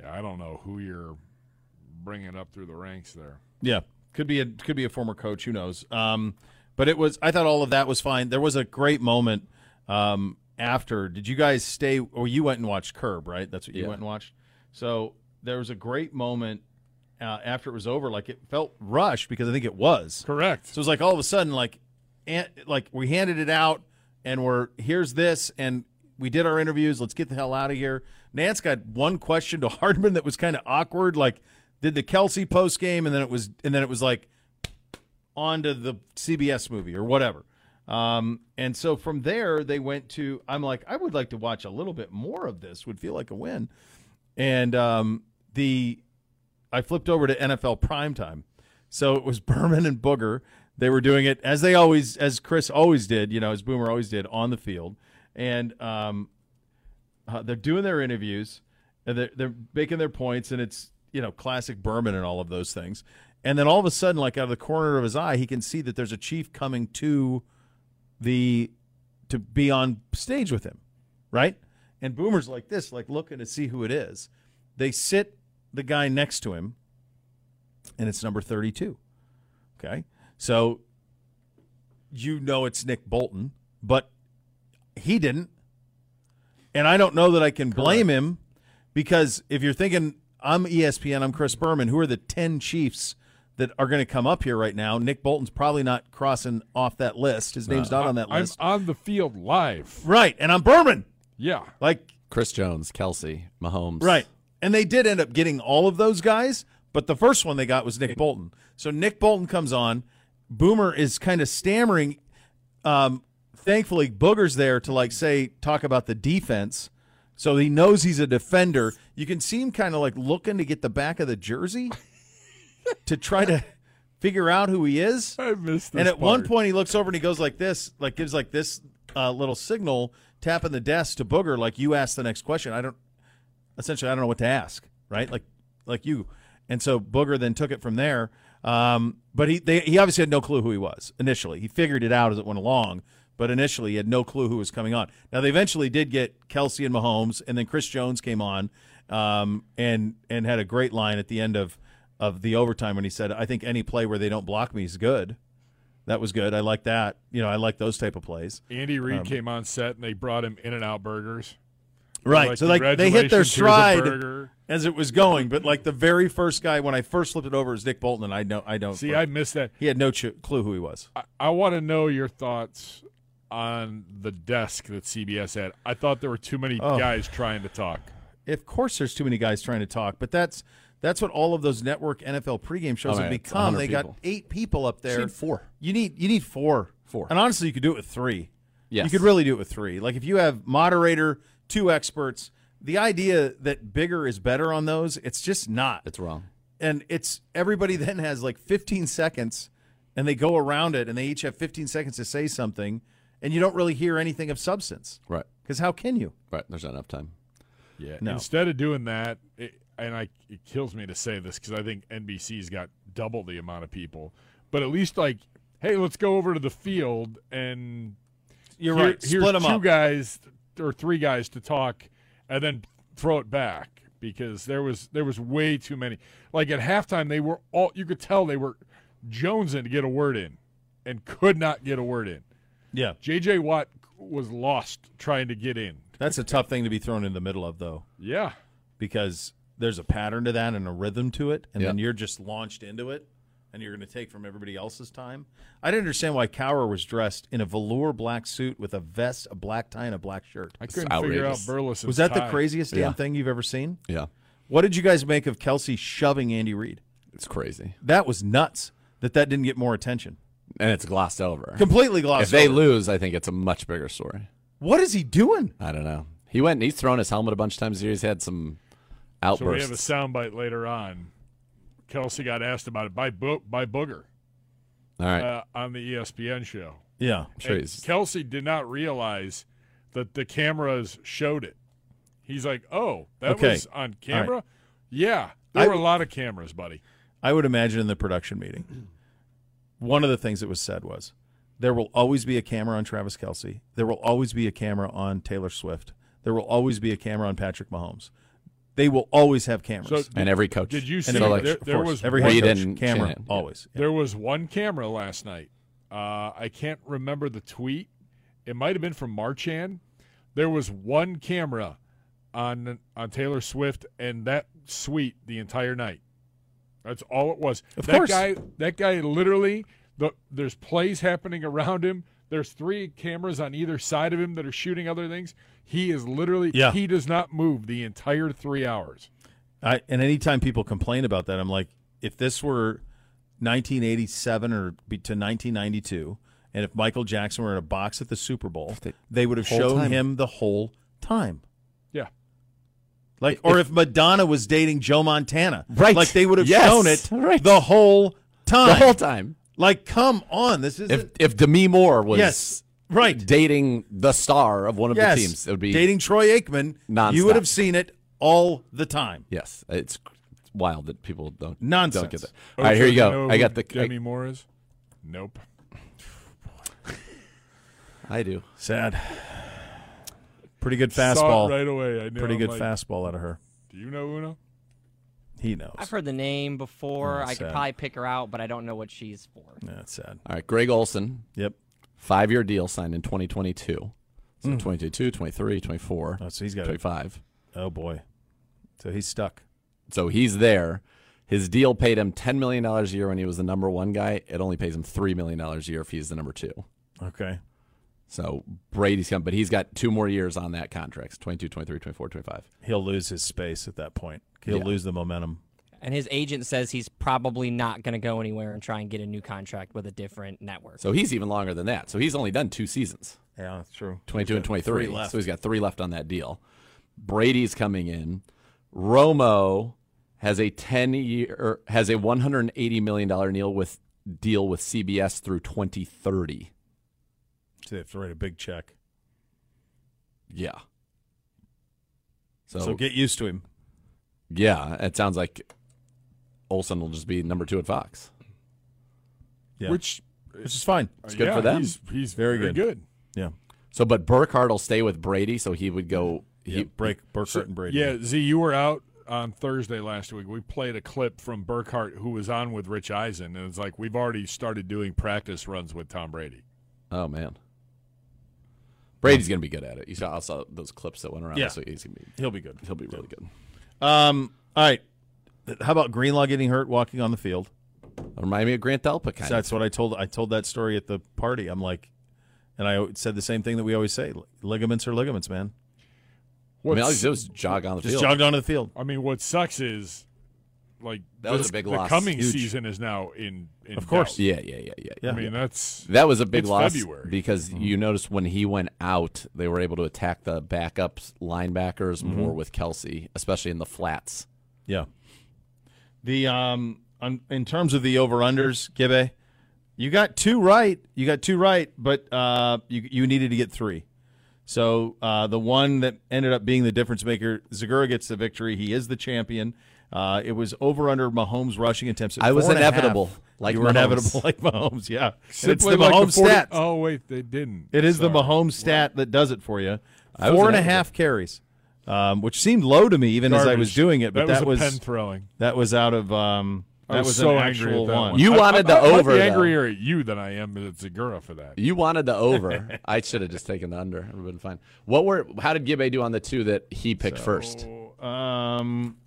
Yeah, I don't know Oh, who you're bringing up through the ranks there. Yeah, could be a could be a former coach. Who knows? Um, but it was. I thought all of that was fine. There was a great moment um, after. Did you guys stay? Or you went and watched Curb, right? That's what you Yeah. went and watched. So there was a great moment uh, after it was over. Like it felt rushed because I think it was Correct. So it's like all of a sudden, like, and, like we handed it out, and we're here's this, and we did our interviews. Let's get the hell out of here. Nance got one question to Hardman that was kind of awkward. Like, did the Kelsey post game, and then it was, and then it was like, onto the CBS movie or whatever. Um, and so from there they went to. I'm like, I would like to watch a little bit more of this. Would feel like a win. And um, the I flipped over to NFL primetime. So it was Berman and Booger. They were doing it as they always, as Chris always did, you know, as Boomer always did on the field. And um, uh, they're doing their interviews and they're, they're making their points. And it's, you know, classic Berman and all of those things. And then all of a sudden, like out of the corner of his eye, he can see that there's a chief coming to the to be on stage with him, right? And Boomer's like this, like looking to see who it is. They sit the guy next to him, and it's number 32. Okay. So you know it's Nick Bolton, but he didn't. And I don't know that I can blame him because if you're thinking, I'm E ESPN, I'm Chris Berman, who are the 10 Chiefs that are going to come up here right now? Nick Bolton's probably not crossing off that list. His name's not on that Uh, I- list. I'm on the field live. Right, and I'm Berman. Yeah. Like Chris Jones, Kelsey, Mahomes. right, and they did end up getting all of those guys, but the first one they got was Nick Bolton. So Nick Bolton comes on. Boomer is kind of stammering. Um, thankfully, Booger's there to like say talk about the defense, so he knows he's a defender. You can see him kind of like looking to get the back of the jersey to try to figure out who he is. I missed this. And at one part. point, he looks over and he goes like this, like gives like this uh, little signal, tapping the desk to Booger, like you asked the next question. I don't, essentially, I don't know what to ask, right? Like, like you. And so Booger then took it from there. Um, but he they, he obviously had no clue who he was initially. He figured it out as it went along, but initially he had no clue who was coming on. Now they eventually did get Kelsey and Mahomes, and then Chris Jones came on, um, and and had a great line at the end of of the overtime when he said, "I think any play where they don't block me is good." That was good. I like that. You know, I like those type of plays. Um, Andy Reid came on set and they brought him In and Out Burgers. Right. Like, so like they hit their "Congratulations, here's a stride burger." as it was going, but like the very first guy when I first flipped it over is Nick Bolton, and I know I don't. See, I missed that. he had no ch- clue who he was. I, I want to know your thoughts on the desk that CBS had. I thought there were too many Oh. guys trying to talk. Of course, there's too many guys trying to talk, but that's that's what all of those network NFL pregame shows Oh, have yeah, it's become. 100 They people. got eight people up there. need four. You need you need four. Four. And honestly, you could do it with three. Yes. You could really do it with three. Like if you have moderator, two experts. The idea that bigger is better on those, it's just not. It's wrong. and it's everybody then has like 15 seconds and they go around it and they each have 15 seconds to say something and you don't really hear anything of substance Right. because how can you Right. There's not enough time. Yeah. No. Instead of doing that, it, and I, it kills me to say this because I think NBC's got double the amount of people, but at least like, hey, let's go over to the field and you're here- right Here's split them two up guys or three guys to talk, and then throw it back because there was there was way too many. Like at halftime, they were all you could tell they were jonesing to get a word in and could not get a word in. Yeah, JJ Watt was lost trying to get in. that's a tough thing to be thrown in the middle of, though, Yeah. because there's a pattern to that and a rhythm to it, and Yeah. then you're just launched into it, and you're going to take from everybody else's time. I didn't understand why Cower was dressed in a velour black suit with a vest, a black tie, and a black shirt. I couldn't figure out outrageous. Burleson. Was that the tie. craziest damn Yeah. thing you've ever seen? Yeah. What did you guys make of Kelsey shoving Andy Reid? It's crazy. That was nuts. That that didn't get more attention. And it's glossed over. Completely glossed. If they over. lose, I think it's a much bigger story. what is he doing? I don't know. He went and he's thrown his helmet a bunch of times. He's had some So we have a outbursts. soundbite later on. Kelsey got asked about it by Bo- by Booger All right. uh, on the ESPN show. Yeah, I'm sure And he's Kelsey did not realize that the cameras showed it. He's like, "Oh, that Okay. was on camera." Yeah, there I- were a lot of cameras, buddy. I would imagine in the production meeting, one of the things that was said was, "There will always be a camera on Travis Kelsey. There will always be a camera on Taylor Swift. There will always be a camera on Patrick Mahomes. They will always have cameras. So and every coach. did you and see so, like, there, of there course. was Every one- Well, head you coach, didn't camera chant it. always. There was one camera last night. Uh, I can't remember the tweet. It might have been from Marchan. There was one camera on on Taylor Swift and that suite the entire night. That's all it was. Of that course. guy that guy literally the, there's plays happening around him. There's three cameras on either side of him that are shooting other things. He is literally Yeah. he does not move the entire 3 hours. I, and anytime people complain about that, I'm like, if this were 1987 or be- to 1992, and if Michael Jackson were in a box at the Super Bowl, The they would have whole shown time. him the whole time. Yeah. Like, or if Madonna was dating Joe Montana, Right. Like they would have Yes. shown it Right. the whole time. the whole time. Like, come on, this is If if Demi Moore was yes, right. dating the star of one of yes, the teams, it would be dating Troy Aikman. You Nonstop. would have seen it all the time. Yes, it's wild that people don't Nonsense. Don't get that. All right, here you Know go. I who got the. Demi Moore is? Nope. I, I do. Sad. Pretty good Saw fastball. it right away. I know. Pretty I'm good like, fastball out of her. Do you know Uno? He knows. I've heard the name before. Oh, I sad. could probably pick her out, but I don't know what she's for. Yeah, that's sad. All right, Greg Olson, Yep. five-year deal signed in 2022. So 22, 23, 24, Hmm. Oh, so he's got. 25. Oh boy. So he's stuck. So he's there. His deal paid him $10 million a year when he was the number one guy. It only pays him $3 million a year if he's the number two. Okay. So Brady's coming, but he's got two more years on that contract 22, 23, 24, 25. He'll lose his space at that point. He'll Yeah. lose the momentum. And his agent says he's probably not going to go anywhere and try and get a new contract with a different network. So he's even longer than that. So he's only done two seasons. Yeah, that's true. 22 and 23. three left. So he's got three left on that deal. Brady's coming in. Romo has a 10 year has a 180 million dollar deal with deal with CBS through 2030. So they have to write a big check. Yeah. So, So get used to him. yeah, it sounds like Olson will just be number 2 at Fox. Yeah. Which Uh, Which is fine. It's good yeah, for them. He's, he's Very very, good. good. Yeah. So but Burkhardt will stay with Brady so he would go he, Yep. Break Burkhart and Brady. Yeah, Z, you were out on Thursday last week. We played a clip from Burkhart who was on with Rich Eisen, and it's like we've already started doing practice runs with Tom Brady. Oh man. Brady's going to be good at it. You saw I saw those clips that went around Yeah. so he's going to be He'll be good. he'll be really good. Um. All right. How about Greenlaw getting hurt walking on the field? Remind me of Grant Delpa kind of. That's what I told. I told that story at the party. I'm like, and I said the same thing that we always say: ligaments are ligaments, man. I mean, all you What's- do is jog on the Just field. jogged onto the field. I mean, what sucks is like That was this- a big the loss. coming Huge. season is now in, in Of course. doubt. Yeah, yeah, yeah, yeah. Yeah. I mean, that's That was a big It's loss February. because Mm-hmm. you noticed when he went out, they were able to attack the backups, linebackers Mm-hmm. more with Kelsey, especially in the flats. Yeah. The um on, in terms of the over unders, Gibbe, you got two right. You got two right, but uh you you needed to get three. So uh, the one that ended up being the difference maker, Zagura gets the victory. He is the champion. Uh, it was over under Mahomes rushing attempts. At I was four and a half. inevitable, like you were Mahomes. inevitable, like Mahomes. Yeah, And it's the Simply like Mahomes 40 stat. Oh wait, they didn't. It is the Sorry. Mahomes stat that does it for you. I was Four and a inevitable. half carries, um, which seemed low to me even as I was Garbage. doing it. But that, was a pen throwing. that was out of um, I That was, was an so actual angry at that one. one. You I- wanted the I, I, might over, Be though. angrier at you than I am at Zagura for that. You wanted the over. I should have just taken the under. It would have been fine. What were? How did Gibbe do on the two that he picked first? Um,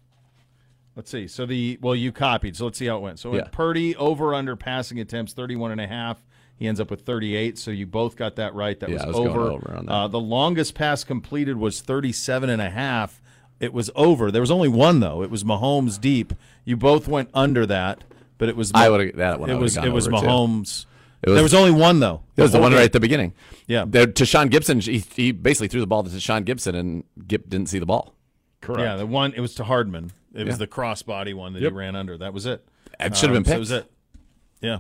let's see. So the well, you copied. So let's see how it went. So Yeah. in Purdy over under passing attempts 31 and a half. He ends up with 38. So you both got that right. That Yeah, was, I was going over. over on that. Uh, the longest pass completed was 37 and a half. It was over. There was only one though. It was Mahomes deep. You both went under that, but it was I would've- that one I It would've was gone it was over, too. Mahomes. It was- there was only one though. It was the whole one game. right at the beginning. Yeah. There, to Sean Gibson, he, he basically threw the ball to Sean Gibson, and Gip didn't see the ball. Correct. Yeah, the one it was to Hardman. It was Yeah. the crossbody one that he ran under. That was it. Um, That should have been so picked. That was it. Yeah.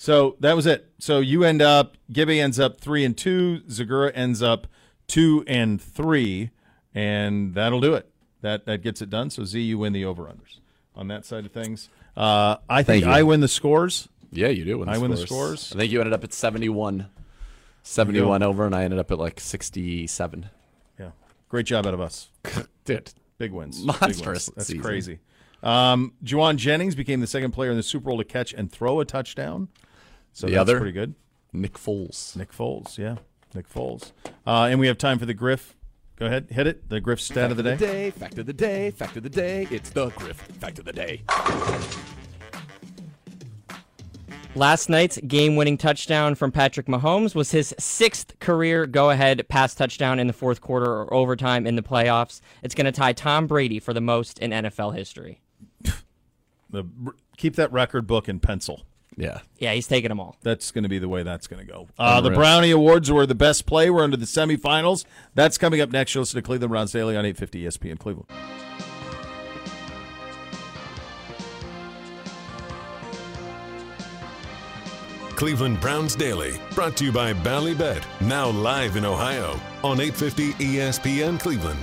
So that was it. So you end up Gibby ends up three and two. Zagura ends up two and three, and that'll do it. That that gets it done. So Z, you win the over unders on that side of things. Uh, I Thank think you. I win the scores. Yeah, you do. Win the I scores. win the scores. I think you ended up at 71, 71 over, and I ended up at like 67. Yeah. Great job out of us. Dude, Big wins. Big Monstrous wins. That's season. crazy. Um, Juwan Jennings became the second player in the Super Bowl to catch and throw a touchdown. So The that's other? pretty good. Nick Foles. Nick Foles, yeah, Nick Foles. Uh, and we have time for the Griff. Go ahead, hit it. The Griff stat of the day. fact of the day, fact of the day. It's the Griff fact of the day. Last night's game winning touchdown from Patrick Mahomes was his sixth career go ahead pass touchdown in the fourth quarter or overtime in the playoffs. It's going to tie Tom Brady for the most in NFL history. The, keep that record book in pencil. Yeah. Yeah, he's taking them all. That's going to be the way that's going to go. Uh, the Brownie Awards were the best play. We're into the semifinals. That's coming up next. You listen to Cleveland Browns Daily on E 850 ESPN Cleveland. Cleveland Browns Daily, brought to you by Ballybet, now live in Ohio on E 850 ESPN Cleveland.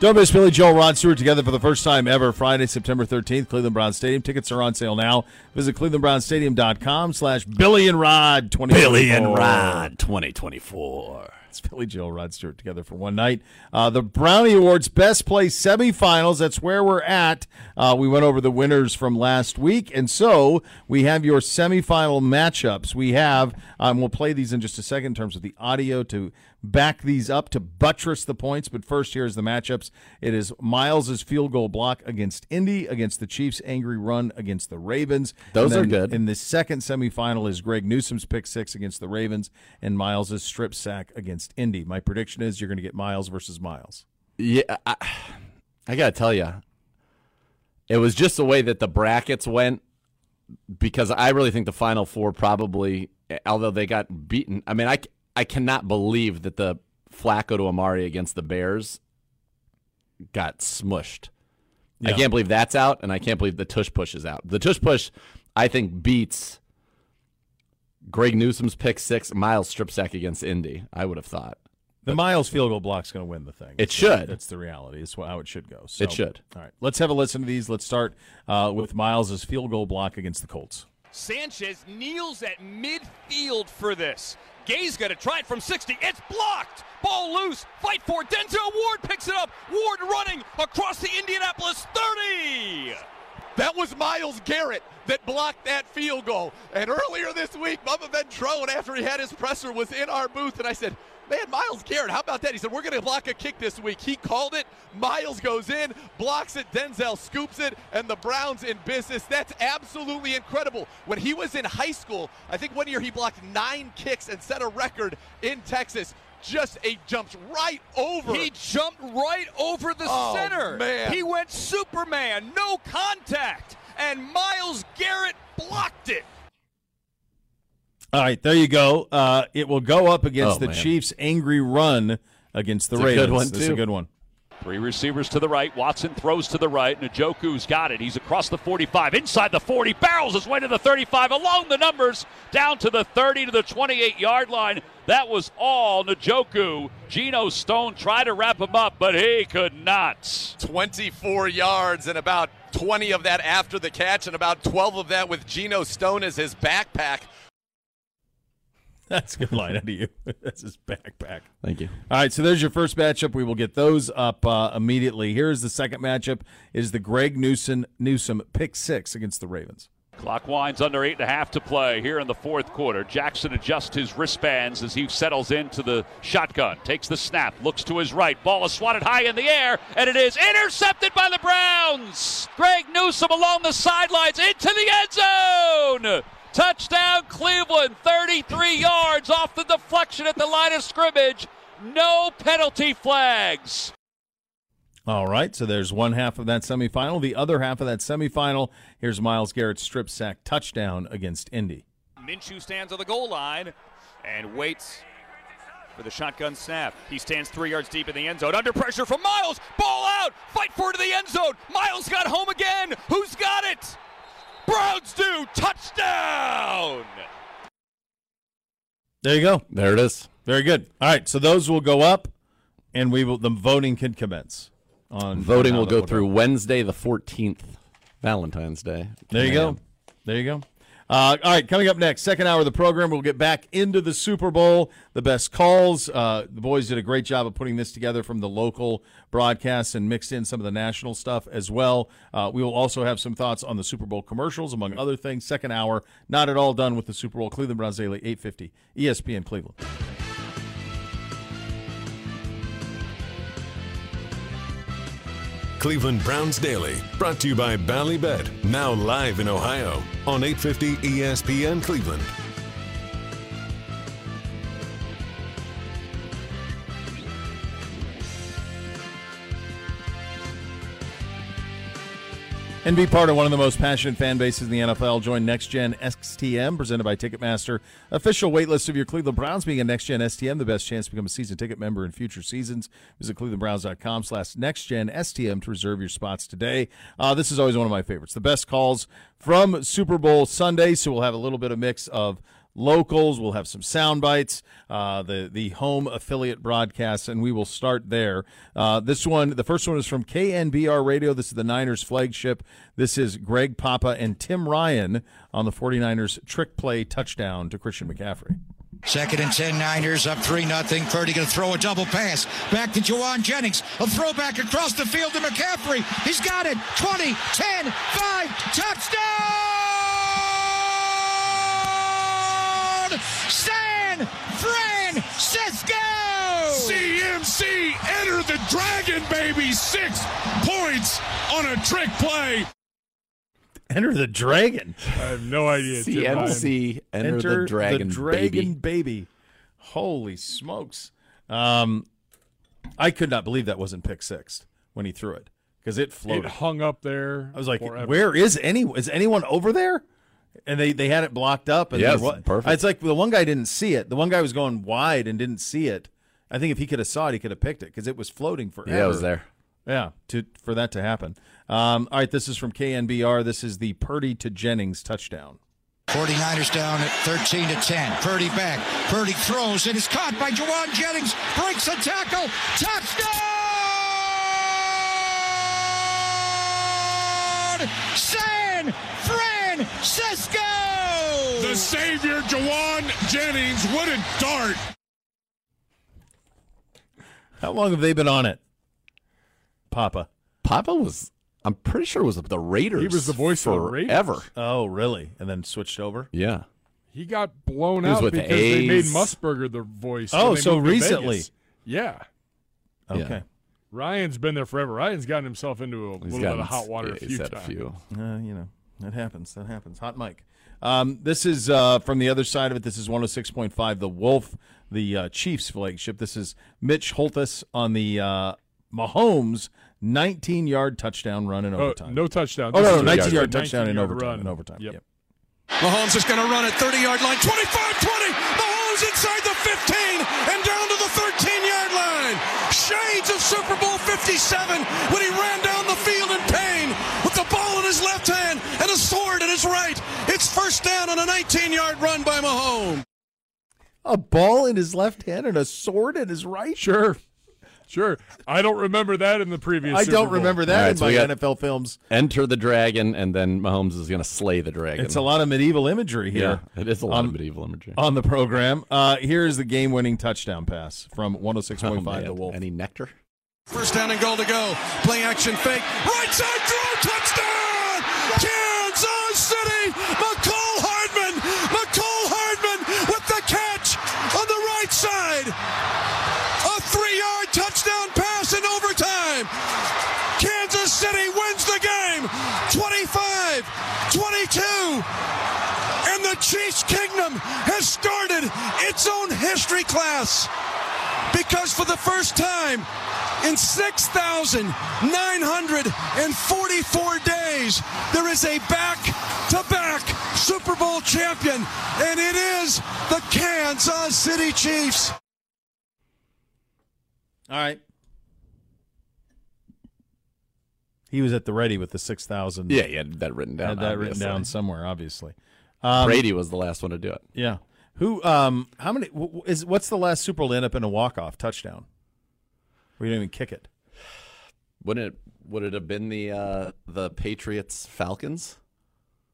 Don't miss Billy Joel, Ron Stewart together for the first time ever Friday, September 13th, Cleveland Browns Stadium. Tickets are on sale now. Visit clevelandbrownsstadium.com slash Billy and Rod 20. Billy and Rod 2024. It's Billy Joel, Rod Stewart together for one night. Uh, the Brownie Awards Best Play semifinals. That's where we're at. Uh, we went over the winners from last week, and so we have your semifinal matchups. We have, um, we'll play these in just a second in terms of the audio to back these up to buttress the points. But first, here's the matchups. It is Miles's field goal block against Indy, against the Chiefs' angry run against the Ravens. Those And are then good. in the second semifinal is Greg Newsom's pick six against the Ravens and Miles's strip sack against Indy. My prediction is you're going to get Miles versus Miles. Yeah, I, I gotta tell you, it was just the way that the brackets went because I really think the final four probably, although they got beaten. I mean, I c- I cannot believe that the Flacco to Amari against the Bears got smushed. I Yeah. can't believe that's out, and I can't believe the tush push is out. The tush push, I think, beats Greg Newsom's pick six, Miles strip sack against Indy. I would have thought. The Miles field goal block's going to win the thing. It should. That's the reality. It's how it should go. So, It should. All right. Let's have a listen to these. Let's start uh, with Miles's field goal block against the Colts. Sanchez kneels at midfield for this. Gay's going to try it from 60. It's blocked. Ball loose. Fight for it. Denzel Ward picks it up. Ward running across the Indianapolis 30. That was Miles Garrett that blocked that field goal. And earlier this week, Bubba Ventrone, after he had his presser, was in our booth, and I said, Man, Miles Garrett, how about that? He said, We're going to block a kick this week. He called it. Miles goes in, blocks it. Denzel scoops it, and the Browns in business. That's absolutely incredible. When he was in high school, I think one year he blocked nine kicks and set a record in Texas. Just a jumps right over. He jumped right over the Oh, center. man. He went Superman, no contact. And Miles Garrett blocked it. All right. There you go. Uh, it will go up against Oh, the man. Chiefs' angry run against the It's a good Ravens. one, This is a too. good one. Three receivers to the right. Watson throws to the right. Njoku's got it. He's across the 45, inside the 40, barrels his way to the 35, along the numbers, down to the 30 to the 28 yard line. That was all Njoku. Geno Stone tried to wrap him up, but he could not. 24 yards and about 20 of that after the catch and about 12 of that with Geno Stone as his backpack. That's a good line out of you. That's his backpack. Thank you. All right, so there's your first matchup. We will get those up uh, immediately. Here's the second matchup: is the Greg Newsom Newsom pick six against the Ravens. Clock winds under eight and a half to play here in the fourth quarter. Jackson adjusts his wristbands as he settles into the shotgun. Takes the snap, looks to his right. Ball is swatted high in the air, and it is intercepted by the Browns. Greg Newsom along the sidelines into the end zone. Touchdown Cleveland, 33 yards off the deflection at the line of scrimmage. No penalty flags. All right, so there's one half of that semifinal. The other half of that semifinal, here's Miles Garrett's strip sack touchdown against Indy. Minshew stands on the goal line and waits for the shotgun snap. He stands three yards deep in the end zone. Under pressure from Miles. Ball out. Fight for it to the end zone. Miles got home again. Who's got it? Browns do. Touchdown. There you go. There it is. Very good. All right, so those will go up, and we will. The voting can commence. On Voting on will how go that through Wedday the 14th, Valentine's Day. There you go. There you go. Uh, all right, coming up next, second hour of the program, we'll get back into the Super Bowl, the best calls. Uh, the boys did a great job of putting this together from the local broadcasts and mixed in some of the national stuff as well. Uh, we will also have some thoughts on the Super Bowl commercials, among other things. Second hour, not at all done with the Super Bowl. Cleveland Browns Daily, E 850, ESPN Cleveland. Cleveland Browns Daily, brought to you by Ballybet, now live in Ohio on E 850 ESPN Cleveland. And be part of one of the most passionate fan bases in the NFL. Join Next Gen STM, presented by Ticketmaster. Official waitlist of your Cleveland Browns being a Next Gen STM, the best chance to become a season ticket member in future seasons. Visit clevelandbrowns.com slash next gen STM to reserve your spots today. Uh, this is always one of my favorites. The best calls from Super Bowl Sunday. So we'll have a little bit of mix of locals. We'll have some sound bites, uh, the the home affiliate broadcasts, and we will start there. Uh, this one, the first one is from KNBR Radio. This is the Niners flagship. This is Greg Papa and Tim Ryan on the 49ers trick play touchdown to Christian McCaffrey. Second and 10 Niners up 3 nothing. Purdy going to throw a double pass. Back to Jawan Jennings. A throwback across the field to McCaffrey. He's got it. 20, 10, 5, touchdown! San Francisco! CMC enter the dragon, baby. Six points on a trick play. Enter the Dragon. I have no idea. Tim Ryan. CMC, enter, the dragon, baby. dragon baby. Holy smokes. Um, I could not believe that wasn't pick six when he threw it because it It floated. hung up there. I was like, forever. "Where is any? Is anyone over there?" And they they had it blocked up. And Yes, there wa- perfect. It's like the one guy didn't see it. The one guy was going wide and didn't see it. I think if he could have saw it, he could have picked it because it was floating forever. Yeah, I was there. Yeah, to for that to happen. Um, all right, this is from KNBR. This is the Purdy to Jennings touchdown. 49ers down at 13 to 10. Purdy back. Purdy throws and is caught by Jawan Jennings. Breaks a tackle. Touchdown! San Francisco! The savior, Jawan Jennings. What a dart. How long have they been on it, Papa? Papa was, I'm pretty sure, was the Raiders. He was the voice of the Raiders. forever. Oh, really? And then switched over. Yeah. He got blown He was out with the because they made A's. Musburger the voice. Oh, when they so moved to recently. Vegas. Yeah. Yeah. Okay. Ryan's been there forever. Ryan's gotten himself into a little bit of hot water yeah, a he's few had times. A few. Uh, you know, that happens. That happens. Hot mic. Um, this is uh, from the other side of it. This is 106.5, the Wolf, the uh, Chiefs flagship. This is Mitch Holtis on the uh, Mahomes 19 yard touchdown run in Oh, overtime. no touchdown. Oh, This no, is no, a 19 yard- yard touchdown in 19-yard overtime. run. In overtime. Yep. Yep. Mahomes is going to run at 30 yard line. 25 20. Mahomes inside the 15 and down to the 13 yard line. Shades of Super Bowl 57 when he ran down the field in pain with the ball in his left hand and a sword in his right. It's first down on a 19 yard run by Mahomes. A ball in his left hand and a sword in his right. Sure. Sure. I don't remember that in the previous. I Super don't Bowl. remember that All right, in so my we got- NFL films. Enter the dragon, and then Mahomes is going to slay the dragon. It's a lot of medieval imagery Yeah, here it is a lot Um, of medieval imagery. on the program. Uh, here is the game-winning touchdown pass from Oh, 106.5 man. The Wolf. Any nectar? First down and goal to go. Play action fake. Right side throw. Touchdown! Kansas City! McCall Hardman! McCall Hardman with the catch on the right side. A three yard touchdown pass in overtime. Kansas City wins the game 25 22. And the Chiefs' kingdom has started its own history class because for the first time in 6,944 days, there is a back to back Super Bowl champion, and it is the Kansas City Chiefs. All right. He was at the ready with the 6,000. Yeah, you had that written down. Had that written obviously. down somewhere, obviously. Um, Brady was the last one to do it. Yeah. Who? Um. How many? wh- wh- Is what's the last Super Bowl to end up in a walk off touchdown? We didn't even kick it. Wouldn't it? Would it have been the uh, the Patriots Falcons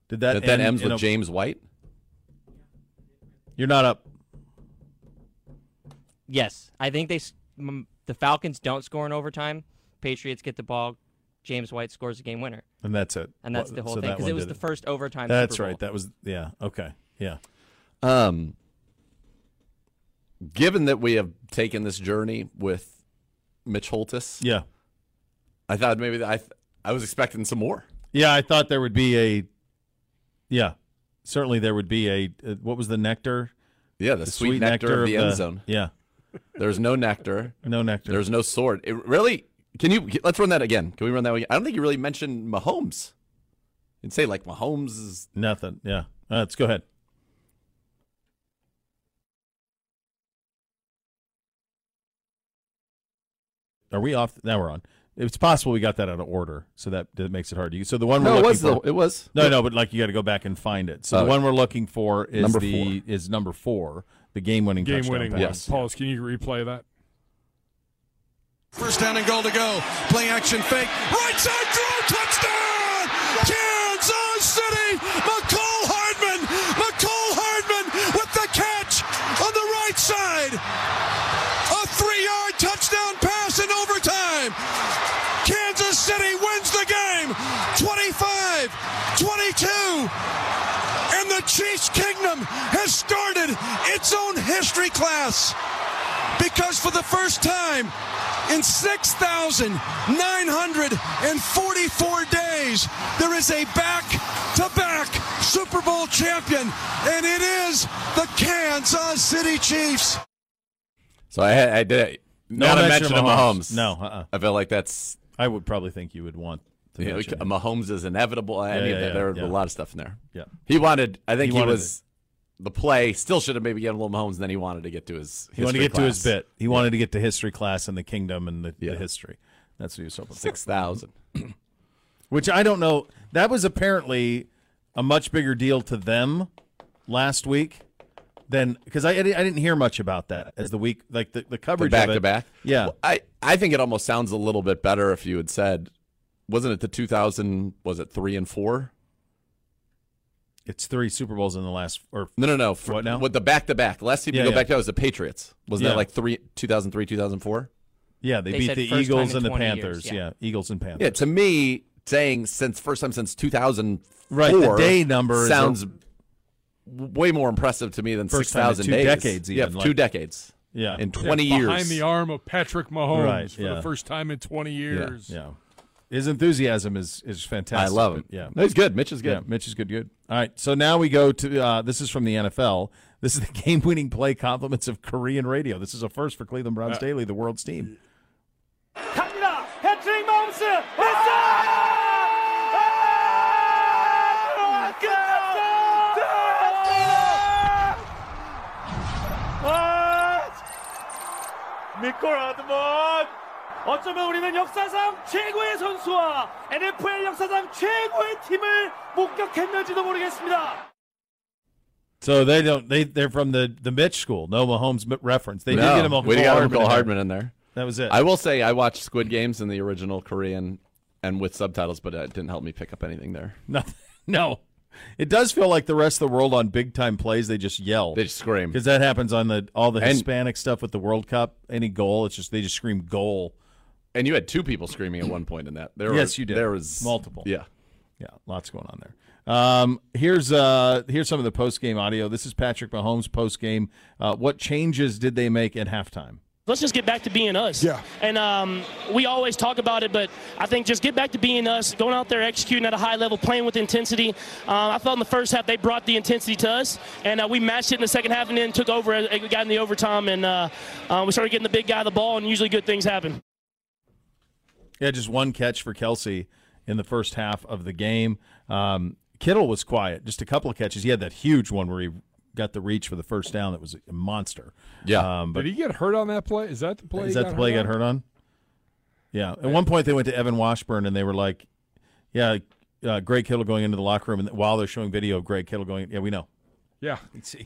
Did that? that then end ends in with a- James White? You're not up. Yes, I think they s- m- the Falcons don't score in overtime. Patriots get the ball. James White scores a game winner, And that's it. and that's Wha- the whole so thing that because one it was did the first overtime. That's Super Bowl. right. That was yeah. Okay. Yeah. Um, given that we have taken this journey with Mitch Holtis, Yeah. I thought maybe that I th- I was expecting some more. Yeah. I thought there would be a. Yeah. Certainly, there would be a. Uh, what was the nectar? Yeah, the, The sweet, nectar, of the end zone. Yeah. There's no nectar. No nectar. There's no sword. It really. Can you let's run that again? Can we run that again? I don't think you really mentioned Mahomes. You'd say like Mahomes is nothing. Yeah. Uh, let's go ahead. Are we off? Now we're on. It's possible we got that out of order, so that, that makes it hard to use. So the one we're no, it looking was for, the, it was No, no, but like you got to go back and find it. So the Oh. one we're looking for is Number the is number four, the game winning Game winning one. pass. Yes. Pauls, can you replay that? First down and goal to go. Play action fake. Right side throw. Touchdown! Kansas City! McCall Hardman! McCall Hardman with the catch on the right side. A three yard touchdown pass in overtime. Kansas City wins the game 25 22. And the Chiefs' kingdom has started its own history class because for the first time in 6,944 days, there is a back to back Super Bowl champion, and it is the Kansas City Chiefs. So I, had, I did No not a mention of mention of Mahomes. Mahomes. No, uh-uh. I feel like that's I would probably think you would want to you know, mention it. Mahomes is inevitable. Any Yeah, of yeah, that. yeah, there were yeah. a lot of stuff in there. Yeah. he wanted. I think He he, wanted was the play. Still should have maybe given a little Mahomes. And then he wanted to get to his. He wanted to history get to his class. bit. He wanted to get to history class and the kingdom and the, the Yeah. history. That's what he was hoping for. Six thousand. Which I don't know. That was apparently a much bigger deal to them last week than because I, I didn't I didn't hear much about that as the week like the, the The coverage of back it. to back. Yeah. Well, I I think it almost sounds a little bit better if you had said, wasn't it the two thousand? Was it three and four? It's three Super Bowls in the last or No, no, no. For, What now? With the back to back. Last team Yeah, to go yeah. back to was the Patriots. Wasn't Yeah. that like three two thousand three two thousand four? Yeah, they, They beat said the first Eagles time in and the 20 years, Panthers. yeah. yeah. Eagles and Yeah, Panthers. to me, saying since first time since 2004, Right, the day number is sounds a- way more impressive to me than First time in 6,000 two days. decades yeah, even, two like- decades. Yeah. in Yeah, 20 years. Behind the arm of Patrick Mahomes Right, for yeah. the first time in 20 years. yeah. His enthusiasm is is I fantastic. love but him. Yeah. no, he's good. Mitch is Yeah, good. Mitch is good, good. All right, so now we go to uh, this is from the NFL. This is the game-winning play compliments of Korean radio. This is a first for Cleveland Browns Daily, the world's team. So they don't they they're from the the Mitch school. No Mahomes m- reference. They No, did get him a we got Hardman. Michael in there. Hardman in there. That was it. I will say I watched Squid Games in the original Korean and with subtitles, but it didn't help me pick up anything there. Nothing. No. It does feel like the rest of the world on big time plays they just yell. They just scream. because that happens on the all the And- Hispanic stuff with the World Cup. Any goal, it's just they just scream goal. And you had two people screaming at one point in that. There Yes, were, you did. There was Multiple. Yeah. Yeah, lots going on there. Um, here's uh, here's some of the post game audio. This is Patrick Mahomes post game. Uh, what changes did they make at halftime? Let's just get back to being us. Yeah. And um, we always talk about it, but I think just get back to being us, going out there executing at a high level, playing with intensity. Uh, I felt in the first half they brought the intensity to us, and uh, we matched it in the second half and then took over, uh, got in the overtime, and uh, uh, we started getting the big guy the ball, and usually good things happen. Yeah, just one catch for Kelsey in the first half of the game. Um, Kittle was quiet, just a couple of catches. He had that huge one where he got the reach for the first down. That was a monster. Yeah. Um, but Did he get hurt on that play? Is that the play? is he that the play he got hurt on? Yeah. At one point, they went to Evan Washburn and they were like, "Yeah, uh, Greg Kittle going into the locker room," and while they're showing video of Greg Kittle going, "Yeah, we know." Yeah.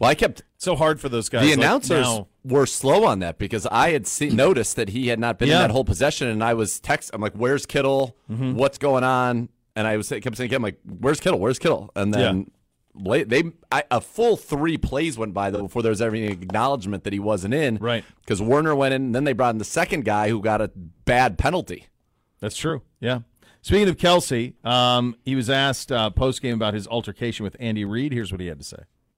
Well, I kept It's so hard for those guys. the Like, announcers now- Mm. were slow on that because I had seen noticed that he had not been Yeah. Mm-hmm. in that whole possession, and I was text. I'm like, "Where's Kittle? What's going on?" And I was say- kept saying, "I'm like, where's Kittle? Where's Kittle?" And then late, they I, a full three plays went by though before there was any acknowledgement that he wasn't in, Right. Because Werner went in, and then they brought in the second guy who got a bad penalty. That's true. Yeah. Speaking of Kelsey, um, he was asked uh, post game about his altercation with Andy Reid. Here's what he had to say.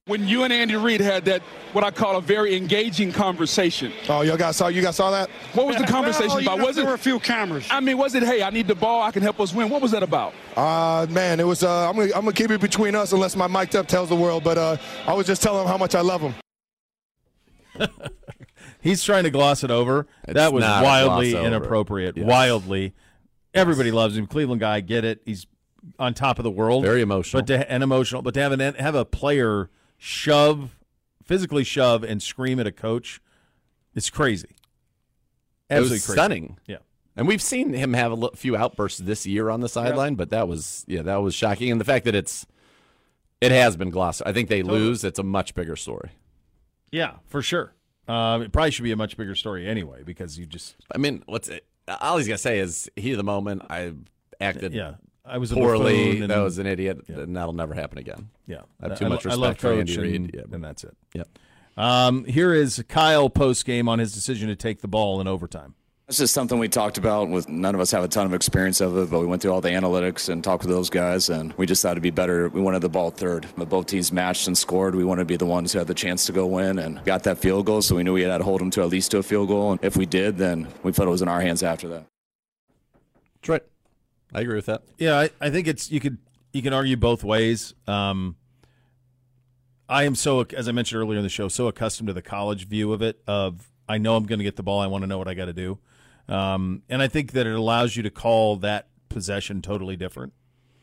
When you and Andy Reid had that, what I call a very engaging conversation. Oh, you guys saw you guys saw that? What was the conversation Well, you about? know, was there it were a few cameras. I mean, was it, hey, I need the ball, I can help us win? What was that about? Uh, man, it was. Uh, I'm gonna I'm gonna keep it between us unless my mic up tells the world. But uh, I was just telling him how much I love him. He's trying to gloss it over. that was not a wildly gloss over. inappropriate. Yes. Wildly. Everybody loves him. Cleveland guy, get it. He's on top of the world. Very emotional. But to, and emotional. But to have an have a player shove, physically shove and scream at a coach, it's crazy. It Absolutely was crazy. stunning. Yeah. And we've seen him have a li- few outbursts this year on the sideline, but that was yeah, that was shocking. And the fact that it's it has been glossed. I think they lose. It's a much bigger story. Yeah, for sure. Uh, it probably should be a much bigger story anyway because you just I mean, what's it? All he's gonna say is heat of the moment. I acted yeah. I was a poorly. buffoon and- that was an idiot, and that'll never happen again. Yeah, I have too much lo- I love respect for Andy Coach, Reid. and, Yeah. and that's it. Yep. Um, here is Kyle post game on his decision to take the ball in overtime. This is something we talked about. With none of us have a ton of experience of it, but we went through all the analytics and talked with those guys, and we just thought it'd be better. We wanted the ball third, but both teams matched and scored. We wanted to be the ones who had the chance to go win and got that field goal, so we knew we had to hold them to at least to a field goal. And if we did, then we felt it was in our hands after that. That's right. I agree with that. Yeah, I, I think it's you could you can argue both ways. Um, I am so as I mentioned earlier in the show, so accustomed to the college view of it. Of I know I'm going to get the ball. I want to know what I got to do, um, and I think that it allows you to call that possession totally different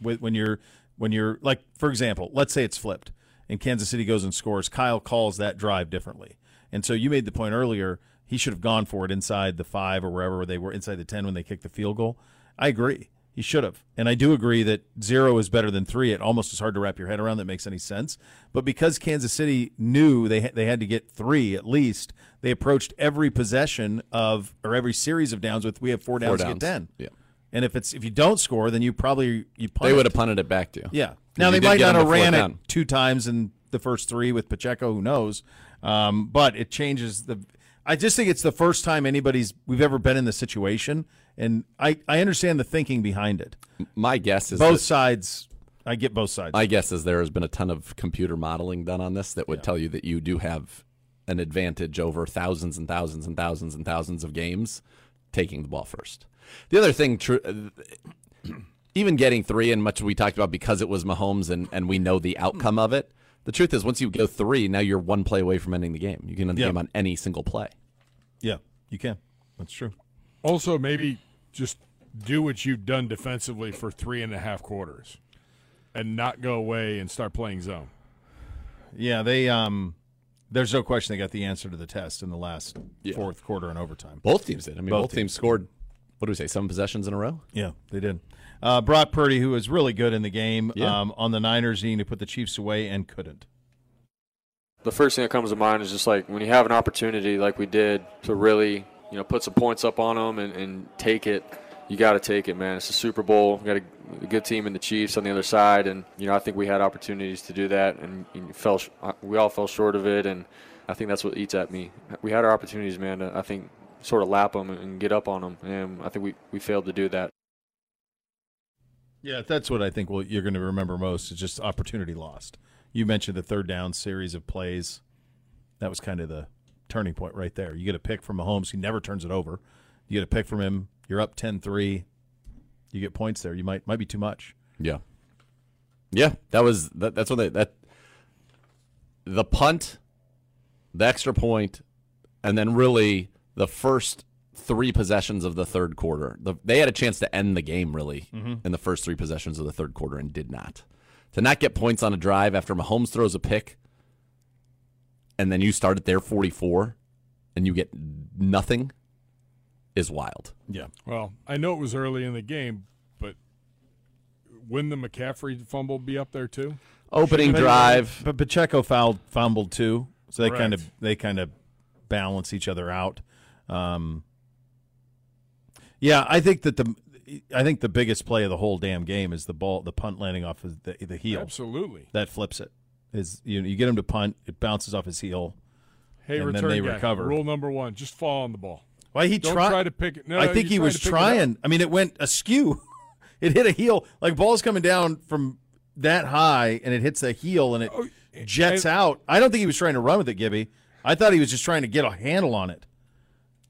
Wh- when you're when you're like for example, let's say it's flipped and Kansas City goes and scores. Kyle calls that drive differently, and so you made the point earlier. He should have gone for it inside the five or wherever they were inside the ten when they kicked the field goal. I agree. He should have. And I do agree that zero is better than three. It almost is hard to wrap your head around that makes any sense. But because Kansas City knew they, ha- they had to get three at least, they approached every possession of or every series of downs with we have four downs, Four to get downs. ten. Yeah. And if it's if you don't score, then you probably you punt. They it. would have punted it back to you. Yeah. Now you they did might get not them have to fourth ran it down. two times in the first three with Pacheco. Who knows? Um, but it changes the. I just think it's the first time anybody's we've ever been in the situation, and I I understand the thinking behind it. My guess is Both that- sides, I get both sides. My guess is there has been a ton of computer modeling done on this that would tell you that you do have an advantage over thousands and thousands and thousands and thousands of games taking the ball first. The other thing, tr- even getting three, and much we talked about because it was Mahomes and, and we know the outcome of it, the truth is once you go three, now you're one play away from ending the game. You can end the Yeah. game on any single play. yeah, you can. That's true. Also, maybe just do what you've done defensively for three and a half quarters, and not go away and start playing zone. Yeah, they um, there's no question they got the answer to the test in the last Yeah. fourth quarter and overtime. Both teams did. I mean, Both both, teams. scored, what do we say, seven possessions in a row? Yeah, they did. Uh, Brock Purdy, who was really good in the game Yeah. um, on the Niners, needing to put the Chiefs away and couldn't. the first thing that comes to mind is just like when you have an opportunity like we did to really you know, put some points up on them and, and take it. You got to take it, man. It's the Super Bowl. We got a, a good team in the Chiefs on the other side, and you know I think we had opportunities to do that, and, and you fell. Sh- uh, we all fell short of it, and I think that's what eats at me. We had our opportunities, man. To, I think sort of lap them and get up on them, and I think we, we failed to do that. Yeah, that's what I think. Well, you're going to remember most is just opportunity lost. You mentioned the third down series of plays. That was kind of the turning point right there. You get a pick from Mahomes. He never turns it over. You get a pick from him. You're up 10-3. You get points there. You might might be too much. Yeah. Yeah, that was that, that's what they that the punt, the extra point, and then really the first three possessions of the third quarter. The, they had a chance to end the game really Mhm. in the first three possessions of the third quarter and did not. To not get points on a drive after Mahomes throws a pick, and then you start at their 44, and you get nothing, is wild. Yeah. Well, I know it was early in the game, but wouldn't the McCaffrey fumble be up there too? But- But Pacheco fouled, fumbled too, so they Right. kind of they kind of balance each other out. Um, yeah, I think that the I think the biggest play of the whole damn game is the ball, the punt landing off of the, the heel. Absolutely. that flips it. Is you know, you get him to punt, it bounces off his heel. Hey, and return then they guy. recover. Rule number one: just fall on the ball. Why he Don't try, try to pick it? No, I no, think you he try was to pick it up. trying. I mean, it went askew. it hit a heel. Like ball's coming down from that high, and it hits a heel, and it Oh, jets out. I don't think he was trying to run with it, Gibby. I thought he was just trying to get a handle on it.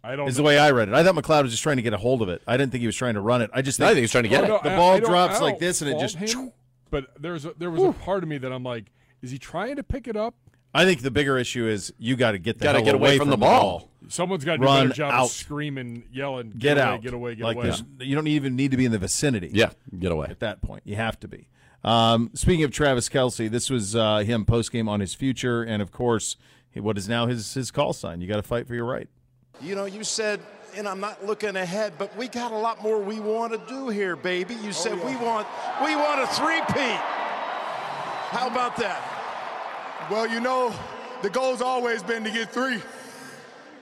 I don't. Is the know. way I read it. I thought McLeod was just trying to get a hold of it. I didn't think he was trying to run it. I just think, I think he was trying to get Oh, it. no, The I- ball I don't- drops I like don't this, and it fault just- him, but there's a, there was a part of me that I'm like, is he trying to pick it up? I think the bigger issue is you got to get the Gotta hell get away from, the ball. Someone's got to do a run better job out. of screaming, yelling, Get, away, out. get away, get like away. there's- You don't even need to be in the vicinity. Yeah, get away. At that point, you have to be. Um, speaking of Travis Kelsey, this was uh, him post game on his future, and of course, what is now his his call sign. You got to fight for your right. You know, you said, and I'm not looking ahead, but we got a lot more we want to do here, baby. Oh, You said we want we want a three-peat. How about that? Well, you know, the goal's always been to get three,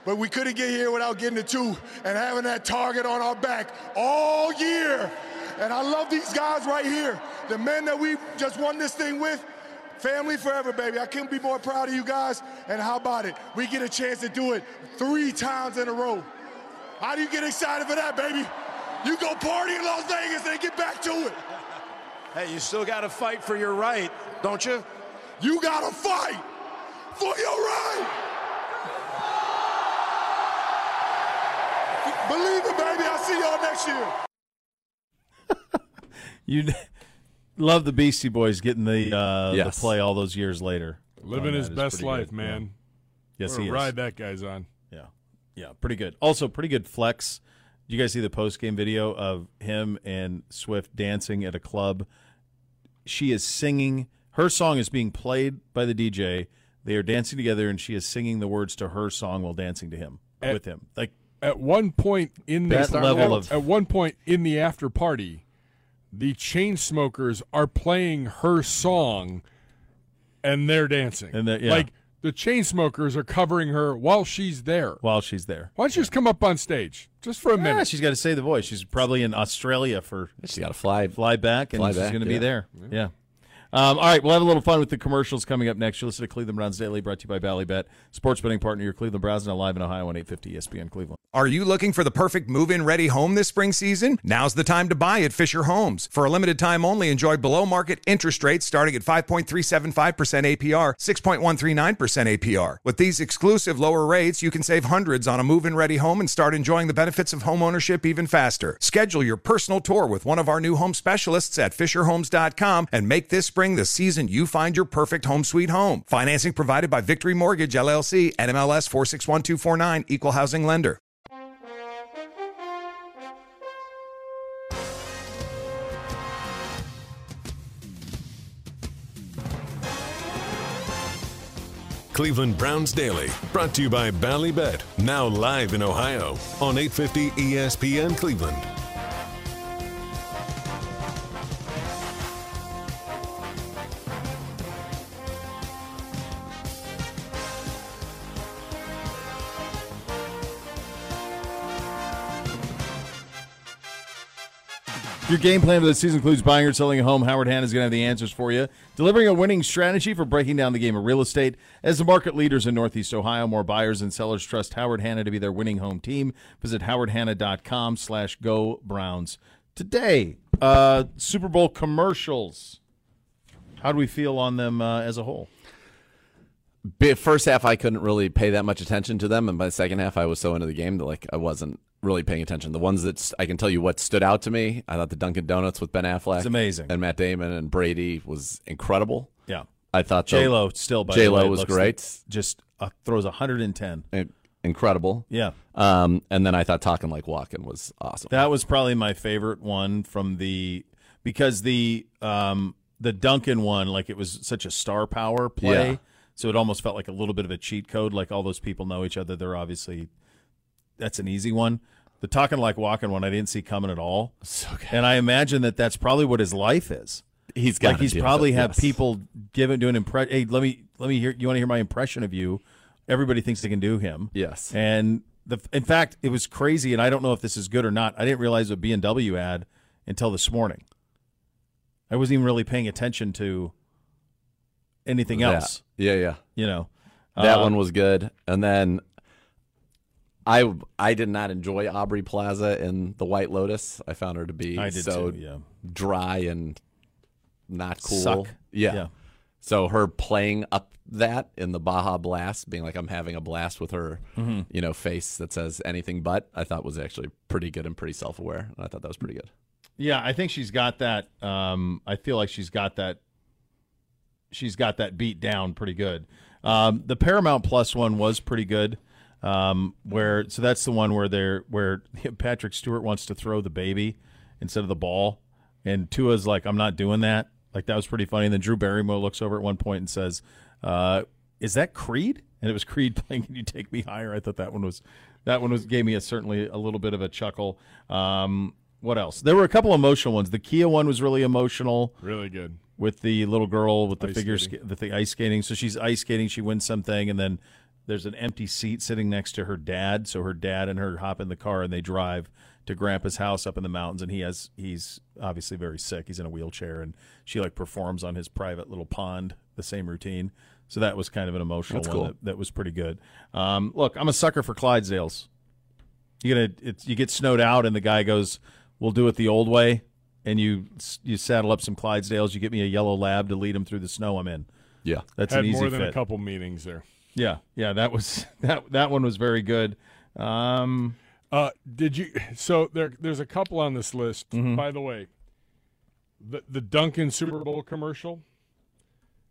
but we couldn't get here without getting to two and having that target on our back all year. And I love these guys right here, the men that we just won this thing with. Family forever, baby. I couldn't be more proud of you guys. And how about it? We get a chance to do it three times in a row. How do you get excited for that, baby? You go party in Las Vegas and get back to it. Hey, you still got to fight for your right, don't you? You got to fight for your right. Believe it, baby. I'll see y'all next year. You love the Beastie Boys getting the uh, Yes. the play all those years later. Living Oh, his that is best pretty life, good. man. Yeah. Yes, What a he is. ride that guy's on. Yeah. Yeah, pretty good. Also, pretty good flex. Did you guys see the post game video of him and Swift dancing at a club? She is singing. Her song is being played by the DJ. They are dancing together, and she is singing the words to her song while dancing to him At- with him. Like at one point in the That level of- at one point in the after party, the chain smokers are playing her song, and they're dancing. And yeah. like the chain smokers are covering her while she's there. while she's there, Why don't you just come up on stage just for a yeah, minute? she's got to say the voice. She's probably in Australia for. She's got to fly fly back, and fly she's back, going to yeah. be there. Yeah. Um, all right, we'll have a little fun with the commercials coming up next. You listen to Cleveland Browns Daily, brought to you by Ballybet, sports betting partner. Your Cleveland Browns now live in Ohio on E 850 ESPN Cleveland. Are you looking for the perfect move in ready home this spring season? Now's the time to buy at Fisher Homes. For a limited time only, enjoy below market interest rates starting at 5.375% APR, 6.139% APR. With these exclusive lower rates, you can save hundreds on a move in ready home and start enjoying the benefits of home ownership even faster. Schedule your personal tour with one of our new home specialists at FisherHomes.com and make this spring the season you find your perfect home sweet home. Financing provided by Victory Mortgage, LLC, NMLS 461249, Equal Housing Lender. Cleveland Browns Daily, brought to you by Ballybet, now live in Ohio on E 850 ESPN Cleveland. your game plan for the season includes buying or selling a home, Howard Hanna is going to have the answers for you. Delivering a winning strategy for breaking down the game of real estate. As the market leaders in Northeast Ohio, more buyers and sellers trust Howard Hanna to be their winning home team. Visit howardhanna.com slash go Browns today. Uh, Super Bowl commercials. How do we feel on them uh, as a whole? Bi- First half, I couldn't really pay that much attention to them, and by the second half, I was so into the game that like I wasn't really paying attention. The ones that s- I can tell you what stood out to me, I thought the Dunkin' Donuts with Ben Affleck, It's amazing. and Matt Damon and Brady was incredible. Yeah. I thought the- J Lo still by the J Lo way, was looks great, like- just uh, throws 110. in- incredible. Yeah. Um, and then I thought Talking Like Walking was awesome. That was probably my favorite one from the because the um the Duncan one, like it was such a star power play. Yeah. So it almost felt like a little bit of a cheat code. Like all those people know each other. They're obviously that's an easy one. The talking like walking one, I didn't see coming at all. And I imagine that that's probably what his life is. He's like gotta he's deal with probably it, have yes. people giving doing impression. Hey, let me let me hear. You want to hear my impression of you? Everybody thinks they can do him. Yes. And the in fact, it was crazy, and I don't know if this is good or not. I didn't realize a B and W ad until this morning. I wasn't even really paying attention to anything That. else. Yeah, yeah. You know, That Uh, one was good. And then I I did not enjoy Aubrey Plaza in The White Lotus. I found her to be I did so too, yeah. dry and not cool. Suck. Yeah. Yeah. So her playing up that in the Baja Blast, being like I'm having a blast with her, Mhm. you know, face that says anything but, I thought was actually pretty good and pretty self aware. I thought that was pretty good. Yeah, I think she's got that. Um, I feel like she's got that. She's got that beat down pretty good. Um, the Paramount Plus one was pretty good. Um, where so that's the one where they're where Patrick Stewart wants to throw the baby instead of the ball, and Tua's like, "I'm not doing that." Like that was pretty funny. And then Drew Barrymore looks over at one point and says, uh, "Is that Creed?" And it was Creed playing "Can You Take Me Higher." I thought that one was that one was gave me a certainly a little bit of a chuckle. Um, what else? There were a couple emotional ones. The Kia one was really emotional. Really good. With the little girl with the Ice figure skating. ska- the thing, ice skating. So she's ice skating, she wins something and then there's an empty seat sitting next to her dad, so her dad and her hop in the car and they drive to grandpa's house up in the mountains and he has he's obviously very sick. He's in a wheelchair and she like performs on his private little pond the same routine. So that was kind of an emotional That's one cool. that, that was pretty good. Um, look, I'm a sucker for Clydesdales. You gonna it's, you get snowed out, and the guy goes, "We'll do it the old way," and you you saddle up some Clydesdales. You get me a yellow lab to lead him through the snow. I'm in. Yeah, that's Had an easy more than fit. a couple meetings there. Yeah, yeah, that was that that one was very good. Um, uh, did you? So there, there's a couple on this list. Mhm. By the way, the the Duncan Super Bowl commercial,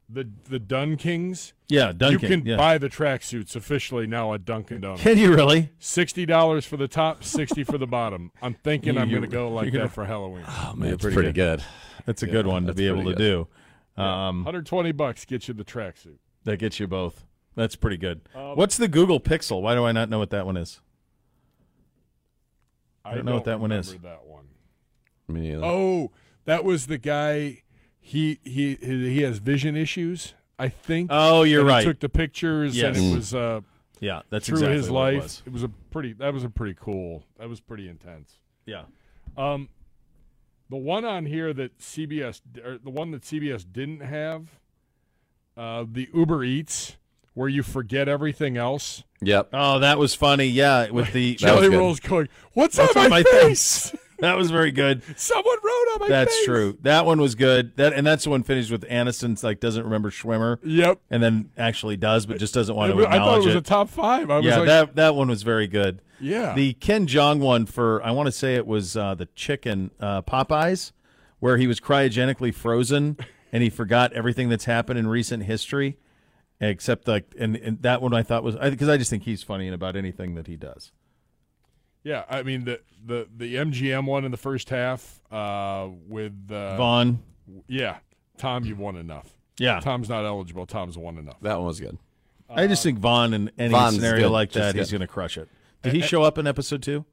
the the Dun Kings. Yeah, Dun You King, can yeah. buy the tracksuits officially now at Dunkin' Donuts. Can you really? Sixty dollars for the top, sixty for the bottom. I'm thinking I'm You- going to go like you're gonna- that for Halloween. Oh man, it's pretty good. That's a good one to be able to do. Um, 120 bucks gets you the tracksuit. that gets you both. That's pretty good. Um, What's the Google Pixel? Why do I not know what that one is? I don't know what that one is. remember That one. Me neither. Oh, that was the guy. He he he he has vision issues. I think. Oh, you're and right. He took the pictures, and Yes. Mm. it was. Uh, Yeah, that's through exactly his what it life. was. a pretty. That was a pretty cool. That was pretty intense. Yeah. Um, the one on here that CBS, or the one that CBS didn't have, uh, the Uber Eats, where you forget everything else. Yep. Oh, that was funny. Yeah, with the Jelly rolls going. What's, on my, face? That was very good. Someone wrote on my that's face. true. That one was good. That and that's the one finished with Aniston's like doesn't remember Schwimmer. Yep. And then actually does, but just doesn't want It to was- I acknowledge thought it was a top five. I was yeah, like- that that one was very good. Yeah. The Ken Jong one for I want to say it was uh, the chicken uh, Popeyes, where he was cryogenically frozen and he forgot everything that's happened in recent history, except like and, and that one I thought was because I just think he's funny in about anything that he does. Yeah, I mean the the the MGM one in the first half uh, with uh, Vaughn. Yeah, Tom, you won enough. Yeah. Tom's not eligible. Tom's won enough. That one was good. I just think Vaughn in any Vaughn's scenario good. like Just that, he's good. going to crush it. Did he Eh, eh. show up in episode two?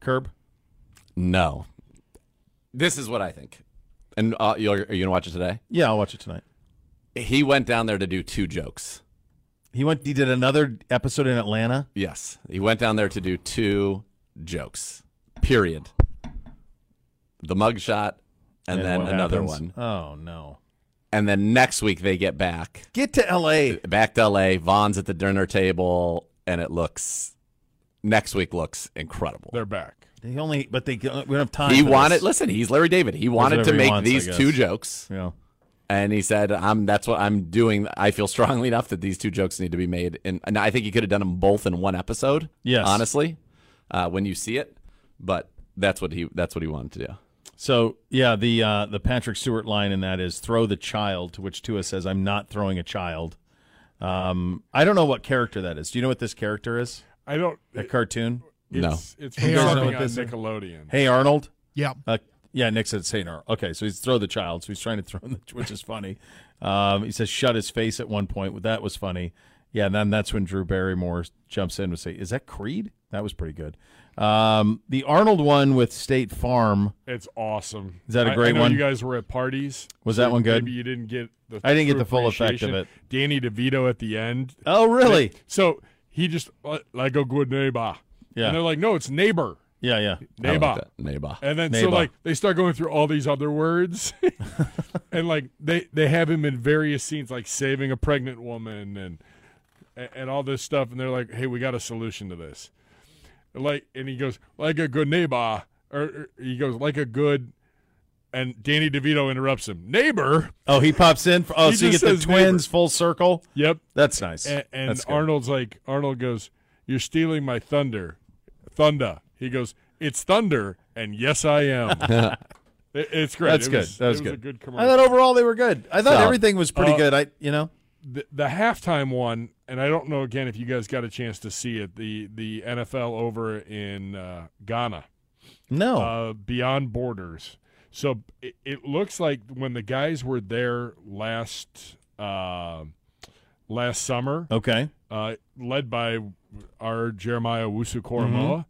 Curb. No. This is what I think. And uh, you're, are you gonna watch it today? Yeah, I'll watch it tonight. He went down there to do two jokes. He went. He did another episode in Atlanta. Yes, he went down there to do two jokes. Period. the mug shot, and, And then what another happens? one. Oh no. And then next week they get back. Get to LA. Back to LA. Vaughn's at the dinner table, and it looks next week looks incredible. They're back. They only, but they we don't have time. he for wanted this. listen, he's Larry David. He Does wanted to whatever he make wants, I these guess. two jokes. Yeah. And he said, "I'm. That's what I'm doing. I feel strongly enough that these two jokes need to be made." And, and I think he could have done them both in one episode. Yes. honestly, uh, when you see it, but that's what he that's what he wanted to do. So yeah, the uh, the Patrick Stewart line in that is "throw the child," to which Tua says, "I'm not throwing a child." Um, I don't know what character that is. Do you know what this character is? I don't. A cartoon? it's- it's from You guys know something what on this is? Nickelodeon. Hey Arnold. Yeah. Uh, yeah, Nick said Saint Arnold. Okay, so he's throw the child. So he's trying to throw, the, which is funny. Um, he says shut his face at one point. That was funny. Yeah, and then that's when Drew Barrymore jumps in and say, "Is that Creed?" That was pretty good. Um, the Arnold one with State Farm. It's awesome. Is that a I- I great know one? You guys were at parties. Was that one good? Maybe you didn't get the. I didn't get true the full effect of appreciation. it. Danny DeVito at the end. Oh, really? so he just uh, like a good neighbor. Yeah. And they're like, no, it's neighbor. Yeah, yeah. Neighbor. neighbor. And then so like they start going through all these other words, and like they they have him in various scenes like saving a pregnant woman and and- and all this stuff, and they're like, hey, we got a solution to this, like and he goes like a good neighbor, or, or he goes like a good. And Danny DeVito interrupts him. Neighbor. Oh, he pops in. For, oh, He so you get just the says neighbor. twins full circle. Yep, that's nice. And, and That's good. Arnold's like, Arnold goes, "You're stealing my thunder, thunder." He goes, "It's thunder, and yes, I am." It- it's great. That's It good. was- that was it good. a good I commercial. thought overall they were good. I thought So- everything was pretty Uh, good. I, you know, the, the halftime one, and I don't know again if you guys got a chance to see it. The the NFL over in uh, Ghana. No. uh, Beyond Borders. So it, it looks like when the guys were there last uh, last summer. Okay. Uh, led by our Jeremiah Wusu Koromoa,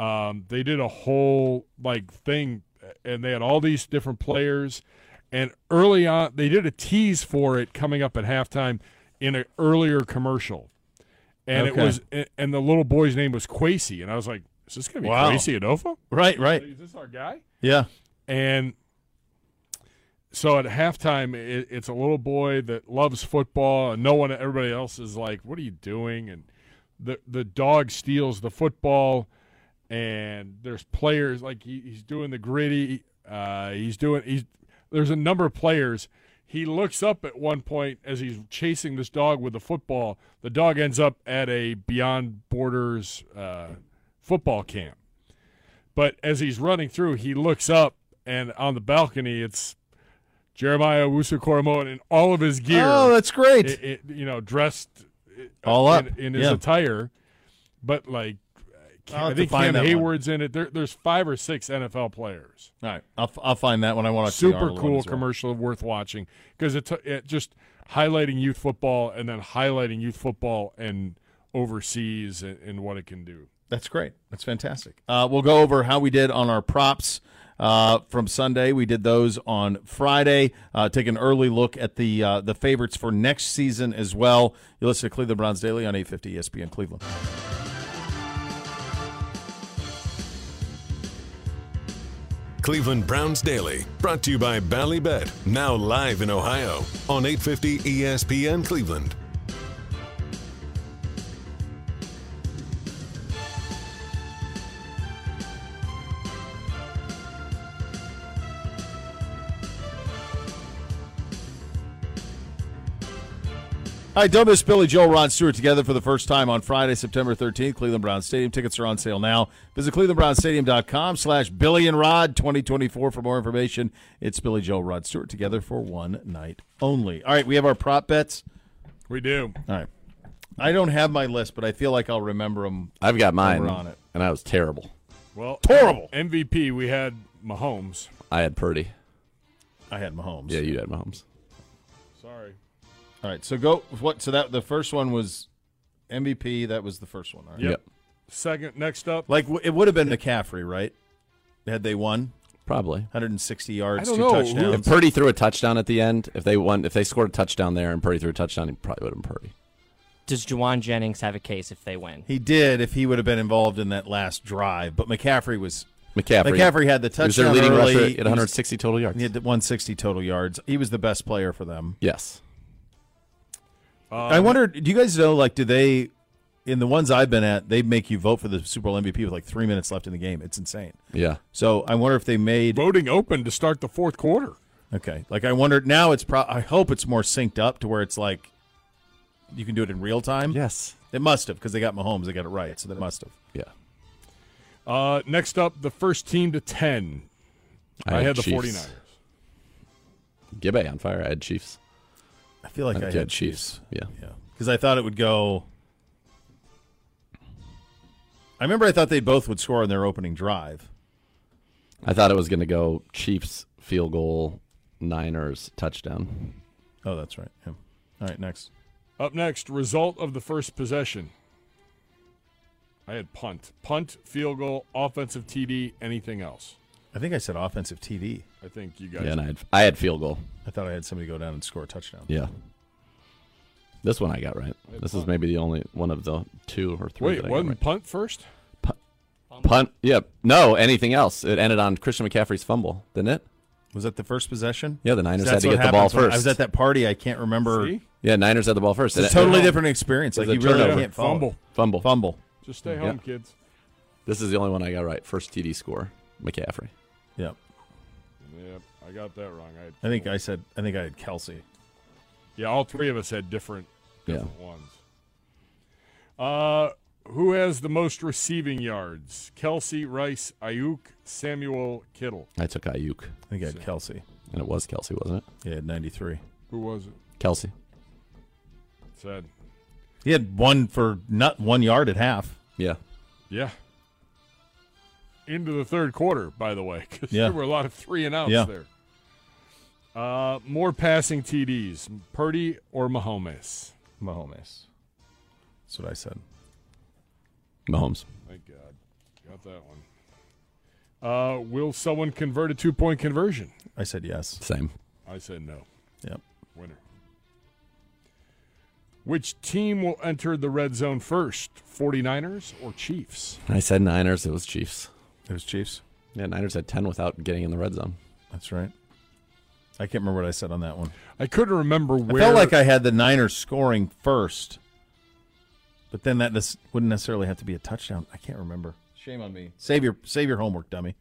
Mm-hmm. um, they did a whole like thing, and they had all these different players. And early on, they did a tease for it coming up at halftime in an earlier commercial, and Okay. it was a- and the little boy's name was Quasi, and I was like, "Is this gonna be Wow. Quasi Adolfo?" Right, right. Is this our guy? yeah. And so at halftime, it, it's a little boy that loves football, and no one, everybody else is like, "What are you doing?" And the the dog steals the football, and there's players like he, he's doing the gritty. Uh, he's doing he's there's a number of players. He looks up at one point as he's chasing this dog with the football. The dog ends up at a Beyond Borders uh, football camp. But as he's running through, he looks up, and on the balcony, it's Jeremiah Wusu in all of his gear. Oh, that's great. It- it- you know, dressed uh, All up, in, in his yeah. attire. But like, I'll I have to think find Cam that one. Hayward's in it. There, there's five or six NFL players. All right, I'll, f- I'll find that one. I want to see Super Arnold one cool as well. commercial, worth watching because it, t- it just highlighting youth football and then highlighting youth football and overseas and, and what it can do. That's great. That's fantastic. Uh, we'll go over how we did on our props uh, from Sunday. We did those on Friday. Uh, take an early look at the uh, the favorites for next season as well. You listen to Cleveland Browns Daily on E 850 ESPN Cleveland. Cleveland Browns Daily, brought to you by Ballybet, now live in Ohio on E 850 ESPN Cleveland. All right, don't miss Billy Joel, Ron Stewart together for the first time on Friday, September 13th, Cleveland Browns Stadium. Tickets are on sale now. Visit clevelandbrownstadium.com slash Billy and Rod 2024 for more information. It's Billy Joel, Rod Stewart together for one night only. All right, we have our prop bets. We do. All right. I don't have my list, but I feel like I'll remember them. I've got when mine, we're on it. and I was terrible. Well, Terrible. MVP. We had Mahomes. I had Purdy. I had Mahomes. Yeah, you had Mahomes. Sorry. All right, so go. What? So that the first one was MVP. That was the first one. All right. Yep. Second, next up. Like w- it would have been McCaffrey, right? Had they won? Probably. 160 yards, two don't know. touchdowns. If Purdy threw a touchdown at the end, if they won, if they scored a touchdown there and Purdy threw a touchdown, it probably would have been Purdy. Does Juwan Jennings have a case if they win? He did if he would have been involved in that last drive, but McCaffrey was McCaffrey. McCaffrey had the He touchdown. was their leading early. rusher at He was- 160 total yards. He had 160 total yards. He was the best player for them. Yes. Um, I wonder. Do you guys know? Like, do they? In the ones I've been at, they make you vote for the Super Bowl MVP with like three minutes left in the game. It's insane. Yeah. So I wonder if they made voting open to start the fourth quarter. Okay. Like I wonder now. It's pro. I hope it's more synced up to where it's like you can do it in real time. Yes. It must have because they got Mahomes. They got it right, so they must have. Yeah. Uh, next up, the first team to 10. I, had the Chiefs. 49ers. Gibbe on fire. I had Chiefs. I feel like I, think had Chiefs. Yeah. Yeah. Because I thought it would go. I remember I thought they both would score on their opening drive. I thought it was going to go Chiefs field goal, Niners touchdown. Oh, that's right. Yeah. All right, next. Up next, result of the first possession. I had punt. Punt, field goal, offensive TD, anything else. I think I said offensive TD. I think you guys. Yeah, and I had, I had field goal. I thought I had somebody go down and score a touchdown. Yeah. This one I got right. I had This is punt. maybe the only one of the two or three. Wait, that I got wasn't right. punt first? Punt. Yep. No, anything else. It ended on Christian McCaffrey's fumble, didn't it? Was that the first possession? Yeah, the Niners had That's to what get the ball happens when first. I was at that party. I can't remember. See? Yeah, Niners had the ball first. It's a And- totally different experience. It was Like, you a really turnover. can't follow. Fumble. Fumble. Fumble. Just stay Yeah. home, kids. This is the only one I got right. First TD score, McCaffrey. Yep, I got that wrong. I, had I think I said. I think I had Kelsey. Yeah, all three of us had different, Yeah. different ones. Uh, who has the most receiving yards? Kelsey, Rice, Ayuk, Samuel, Kittle. I took Ayuk, I think I had Kelsey. and it was Kelsey, wasn't it? He had 93. Who was it? Kelsey. Said. He had one for not one yard at half. Yeah. Yeah. Into the third quarter, by the way, 'cause Yeah. there were a lot of three and outs Yeah. there. Uh, more passing TDs, Purdy or Mahomes? Mahomes. That's what I said. Mahomes. Thank God, got that one. Uh, will someone convert a two-point conversion? I said yes. Same. I said no. Yep. Winner. Which team will enter the red zone first, 49ers or Chiefs? I said Niners. It was Chiefs. It was Chiefs. Yeah, Niners had 10 without getting in the red zone. That's right. I can't remember what I said on that one. I couldn't remember where. I felt like I had the Niners scoring first, but then that this wouldn't necessarily have to be a touchdown. I can't remember. Shame on me. Save your save your homework, dummy.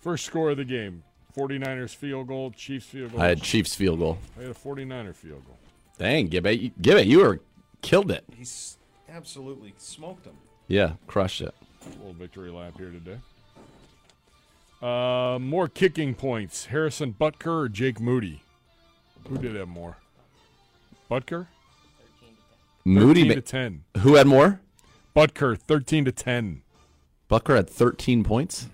First score of the game 49ers field goal, Chiefs field goal. I had Chiefs field goal. I had a 49er field goal. Dang, Gibbe. you- Gibbe, you were killed it. He's absolutely smoked him. Yeah, crushed it. little victory lap here today. Uh, more kicking points. Harrison Butker or Jake Moody? Who did have more? Butker? Moody. 13 ma- to 10. Who had more? Butker, 13 to 10. Bucker had 13 points.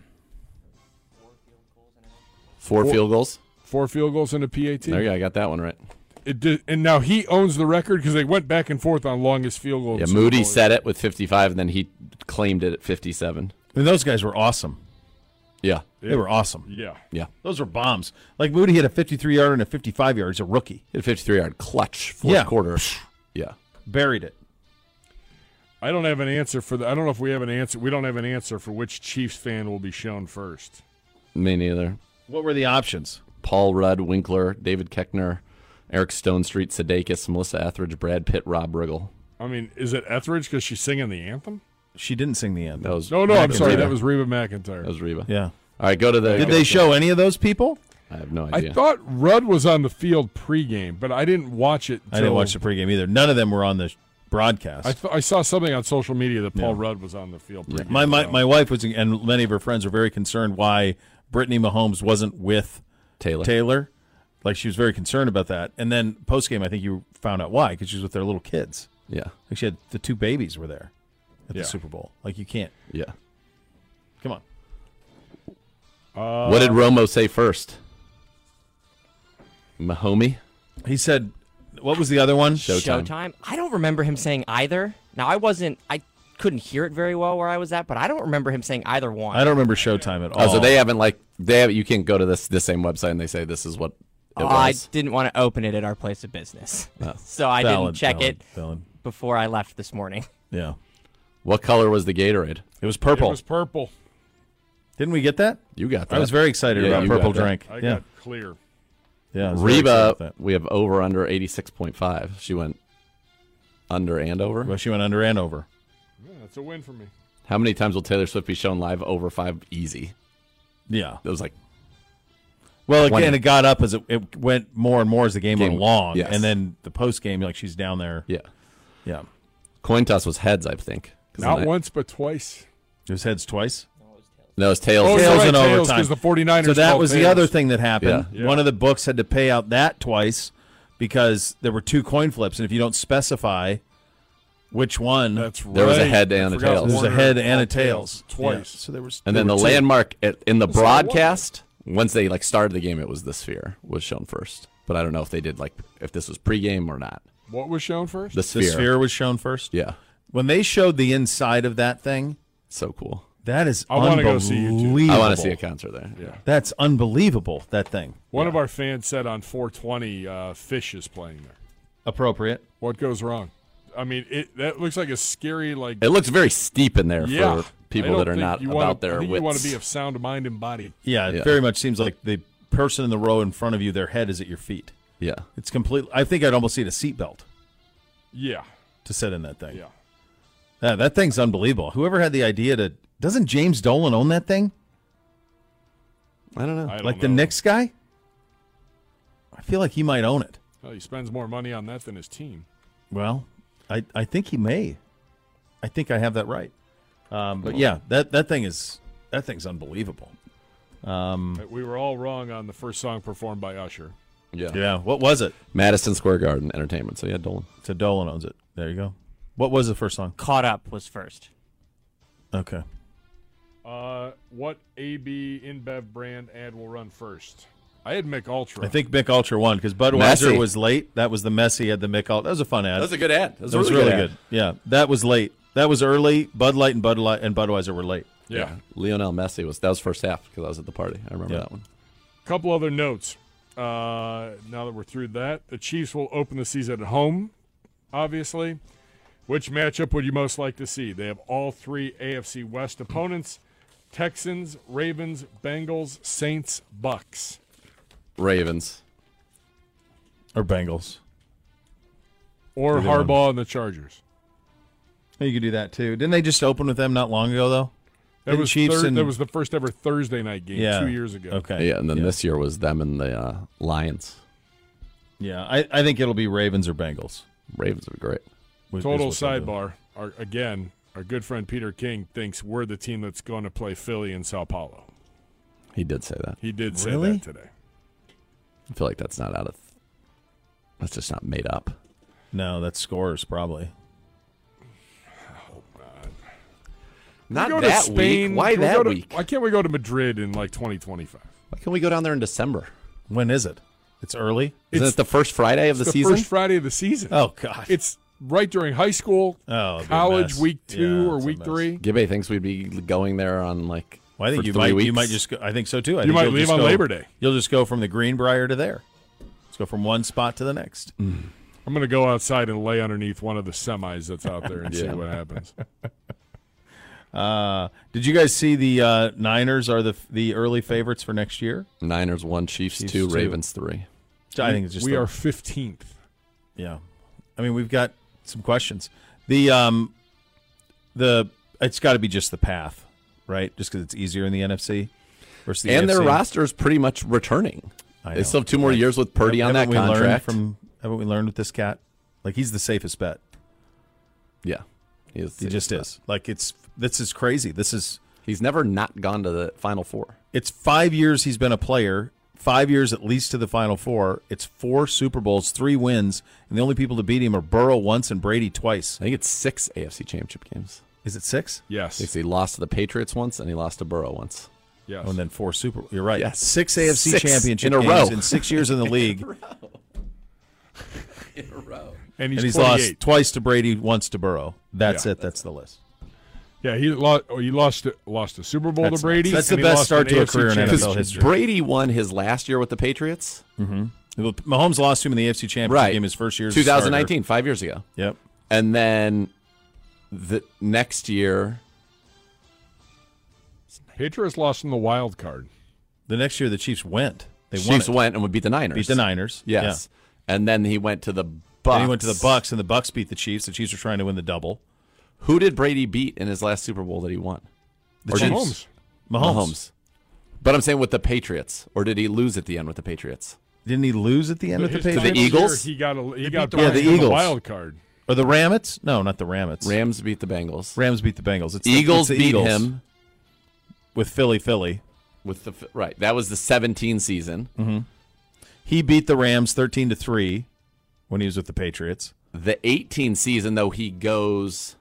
Four Four- field goals. Four field goals and a PAT. There you go. I got that one right. It did, and now he owns the record because they went back and forth on longest field goal. in Yeah, Super Moody Bowl. said it with 55, and then he claimed it at 57. I mean, those guys were awesome. Yeah. They were awesome. Yeah. Yeah. Those were bombs. Like Moody had a 53 yard and a 55 yard. He's a rookie. Hit a 53 yard clutch fourth Yeah. quarter. Yeah. Buried it. I don't have an answer for the. I don't know if we have an answer. We don't have an answer for which Chiefs fan will be shown first. Me neither. What were the options? Paul Rudd, Winkler, David Keckner, Eric Stone Street, Sudeikis, Melissa Etheridge, Brad Pitt, Rob Riggle. I mean, is it Etheridge because she's singing the anthem? She didn't sing the anthem. That was No, no. I'm sorry. Reba. That was Reba McIntyre. that was Reba. Yeah. All right, go to the. Did they show any of those people? I have no I idea. thought Rudd was on the field pregame, but I didn't watch it. I didn't till- watch the pregame either. None of them were on the sh- broadcast. I, th- I saw something on social media that Paul Yeah. Rudd was on the field. Pregame, my, my so- my wife was, and many of her friends were very concerned why Brittany Mahomes wasn't with Taylor. Taylor. Like she was very concerned about that. And then post game, I think you found out why because she was with their little kids. Yeah. Like she had the two babies were there at Yeah. the Super Bowl. Like you can't. Yeah. Come on. Uh, what did Uh, Romo say first? Mahomie? He said, what was the other one? Showtime. I don't remember him saying either. Now I wasn't. I couldn't hear it very well where I was at, but I don't remember him saying either one. I don't remember Showtime at all. Oh, so they haven't like they have. You can go to this this same website and they say this is what it Oh, I was. didn't want to open it at our place of business, so I didn't Valid, check valid, it valid. before I left this morning. Yeah. What color was the Gatorade? It was It purple. was purple. Didn't we get that? You got that. I was very excited Yeah, about you got Purple that. Drink. I yeah. got clear. Yeah, I was very excited about Reba, we have over under 86.5. She went under and over. Well, she went under and over. Yeah, that's a win for me. How many times will Taylor Swift be shown live over five? Easy. Yeah. It was like, Well, again, 20. it got up as it, it went more and more as the game, Game- went along, yes. and then the post game, like she's down there. Yeah, yeah. Coin toss was heads, I think. 'Cause Not then I- once, but twice. It was heads twice. No, it was tails. Oh, tails you're right, in tails, overtime. 'cause the 49ers So that called was the tails. other thing that happened. Yeah. Yeah. One of the books had to pay out that twice because there were two coin flips, and if you don't specify which one, that's There was a right. head and I a forgot tails. There was a Warner head and a called tails tails twice. Yeah. So there was. And there then the were two. landmark at, in the So I wonder. broadcast, once they like started the game, it was the sphere was shown first. But I don't know if they did like if this was pregame or not. What was shown first? The sphere. was shown first. Yeah. When they showed the inside of that thing, so cool. That is I wanna go unbelievable. see you too. I want to see a concert there. Yeah. That's unbelievable. That thing. One of our fans said on 420, uh, Fish is playing there. Appropriate. What goes wrong? I mean, it that looks like a scary like. It looks very steep in there Yeah. for I people don't that are think not you about wanna- their I think wits. You want to be of sound mind and body. Yeah, it very much seems like the person in the row in front of you, their head is at your feet. Yeah. It's complete. I think I'd almost need a seatbelt Yeah. to sit in that thing. Yeah. Yeah, that thing's unbelievable. Whoever had the idea to doesn't James Dolan own that thing? I don't know. I don't like the know. Knicks guy? I feel like he might own it. Well, he spends more money on that than his team. Well, I, I think he may. I think I have that right. Um, but yeah, that, that thing is that thing's unbelievable. Um, We were all wrong on the first song performed by Usher. Yeah. Yeah. What was it? Madison Square Garden Entertainment. So yeah, Dolan. So Dolan owns it. There you go. What was the first song? Caught Up was first. Okay. Uh, what AB InBev brand ad will run first? I had Mick Ultra. I think Mick Ultra won because Budweiser Messy. was late. That was the messy had the Mick Ultra. That was a fun ad. That was a good ad. That was a really really, good ad. good. Yeah, that was late. That was early. Bud Light and Bud Light and Budweiser were late. Lionel Messi was that was first half because I was at the party. I remember Yeah. that one. Couple other notes. Uh, now that we're through that, the Chiefs will open the season at home, obviously. Which matchup would you most like to see? They have all three AFC West opponents Texans, Ravens, Bengals, Saints, Bucks. Ravens. Or Bengals. Or Either Harbaugh and the Chargers. You could do that too. Didn't they just open with them not long ago though? That Didn't was, Chiefs thir- and that was the first ever Thursday night game Yeah. two years ago. Okay. Yeah, and then this year was them and the uh, Lions. yeah. I, I think it'll be Ravens or Bengals. Ravens would be great. Was- Total is what they'll do. sidebar. Our, again, our good friend Peter King thinks we're the team that's going to play Philly and Sao Paulo. He did say that. He did say Really? that today. I feel like that's not out of. That's just not made up. No, that's scores probably. Not Can we go that to Spain. week. Why Can we that go to- week? Why can't we go to Madrid in like 2025? Why can we go down there in December? When is it? It's early. Isn't It's- it the first Friday of It's the, season? first Friday of the season. Oh God. It's right during high school, Oh, it'd be a college, mess. week two Yeah, or it's a week mess. three. Gibbe thinks we'd be going there on like. Well, I think for you three might Weeks. you might just go, I think so too. I You think might you'll leave just on go- Labor Day. You'll just go from the Greenbrier to there. Let's go from one spot to the next. Mm. I'm going to go outside and lay underneath one of the semis that's out there and see Yeah. what happens. Uh, did you guys see the uh, Niners are the the early favorites for next year? Niners one, Chiefs, Chiefs two, two. Ravens three. Which I think it's just we the- are 15th. yeah. I mean, we've got some questions. The um, the it's got to be just the path, right? Just because it's easier in the NFC versus the and their AFC. roster is pretty much returning. I They know. still have two more years with Purdy on that Haven't we learned contract. From haven't we learned with this cat? Like he's the safest bet. yeah, he, is He just is. Like it's this is crazy. This is He's never not gone to the final four. it's five years he's been a player, five years at least to the Final Four. It's four Super Bowls, three wins, and the only people to beat him are Burrow once and Brady twice. I think it's six AFC Championship games. Is it six? Yes. He lost to the Patriots once, and he lost to Burrow once. yes. Oh, and then four Super. You're right. Yes. Six AFC Six championship in a games row. in six years in the league, and and he's, he's lost 28. twice to Brady, once to Burrow. That's Yeah. it. That's the list. Yeah, he lost. Oh, he lost. Lost a Super Bowl That's- to Brady. that's the and he best lost an start to a AFC career in championship. NFL history. Mm-hmm. Brady won his last year with the Patriots, Well, Mahomes lost to him in the AFC championship right? game his first year. as a 2019, five years ago, starter. Yep. and then the next year. Patriots lost in the wild card. The next year, the Chiefs went. They won Chiefs it. went and would beat the Niners. Beat the Niners. Yes. And then he went to the Bucks. Then he went to the Bucks, and the Bucks beat the Chiefs. The Chiefs were trying to win the double. Who did Brady beat in his last Super Bowl that he won? The Or did- Chiefs. Mahomes. Mahomes. But I'm saying with the Patriots, or did he lose at the end with the Patriots? Didn't he lose at the end with the His Patriots? final To the Eagles? year, He got a, he They got beat the bounced Rams. in Eagles. wild card. Or the Ramets? No, not the Ramets. Rams beat the Bengals. Rams beat the Bengals. It's the- Eagles it's the beat Eagles. him with Philly. Philly with the f- right. That was the 17 season. hmm He beat the Rams thirteen to three when he was with the Patriots. The 18 season though he goes.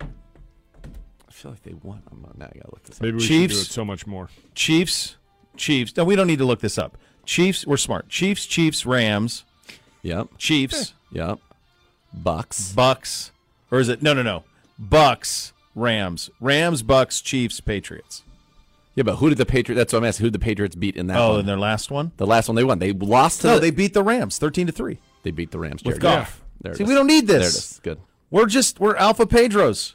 I feel like they won. I'm not, now I gotta look this up. Maybe we Chiefs should do it so much more. Chiefs, Chiefs. No, we don't need to look this up. Chiefs, we're smart. Chiefs, Chiefs, Rams. Yep. Chiefs. Eh. Yep. Bucks. Bucks. Or is it no no no. Bucks, Rams. Rams, Bucks, Chiefs, Patriots. Yeah, but who did the Patriots? That's what I'm asking. Who did the Patriots beat in that? Oh, one? in their last one? The last one they won. They lost. To No, the, they beat the Rams thirteen to three. They beat the Rams. With Jared. Yeah. Goff. There it See, is. we don't need this. There it is. Good. We're just we're Alpha Pedros.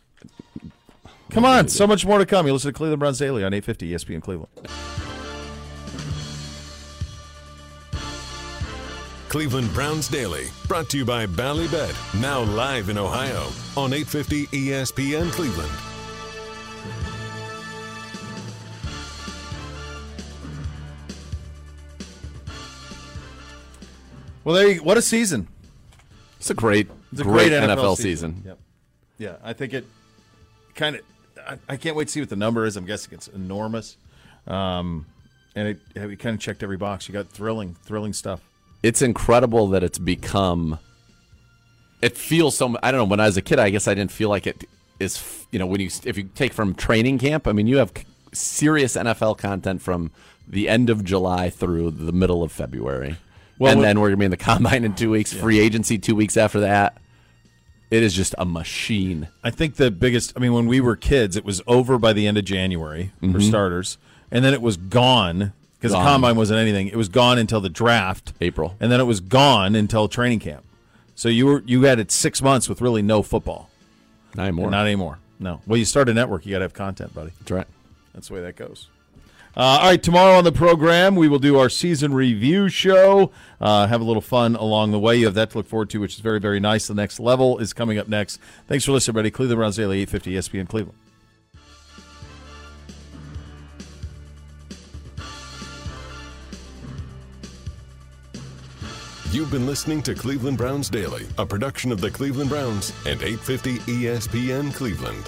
Come on, so much more to come. You listen to Cleveland Browns Daily on E 850 ESPN Cleveland. Cleveland Browns Daily, brought to you by Ballybet, now live in Ohio on E 850 ESPN Cleveland. Well, there you what a season. It's a great, It's a great, great NFL, NFL season. season. Yep. Yeah, I think it kind of. I, I can't wait to see what the number is. I'm guessing it's enormous, um, and it, yeah, we kind of checked every box. You got thrilling, thrilling stuff. It's incredible that it's become. It feels so. mu- I don't know. When I was a kid, I guess I didn't feel like it is. f- You know, when you if you take from training camp, I mean, you have c- serious NFL content from the end of July through the middle of February, Well, and what- then we're gonna be in the combine in two weeks, free agency two weeks after that. It is just a machine. I think the biggest. I mean, when we were kids, it was over by the end of January for Mhm. starters, and then it was gone because the Gone. combine wasn't anything. It was gone until the draft, April, and then it was gone until training camp. So you were you had it six months with really no football. Not anymore. Not anymore. No. Well, you start a network, you got to have content, buddy. That's right. That's the way that goes. Uh, all right, tomorrow on the program, we will do our season review show. Uh, have a little fun along the way. You have that to look forward to, which is very, very nice. The next level is coming up next. Thanks for listening, everybody. Cleveland Browns Daily, E 850 ESPN Cleveland. You've been listening to Cleveland Browns Daily, a production of the Cleveland Browns and E 850 ESPN Cleveland.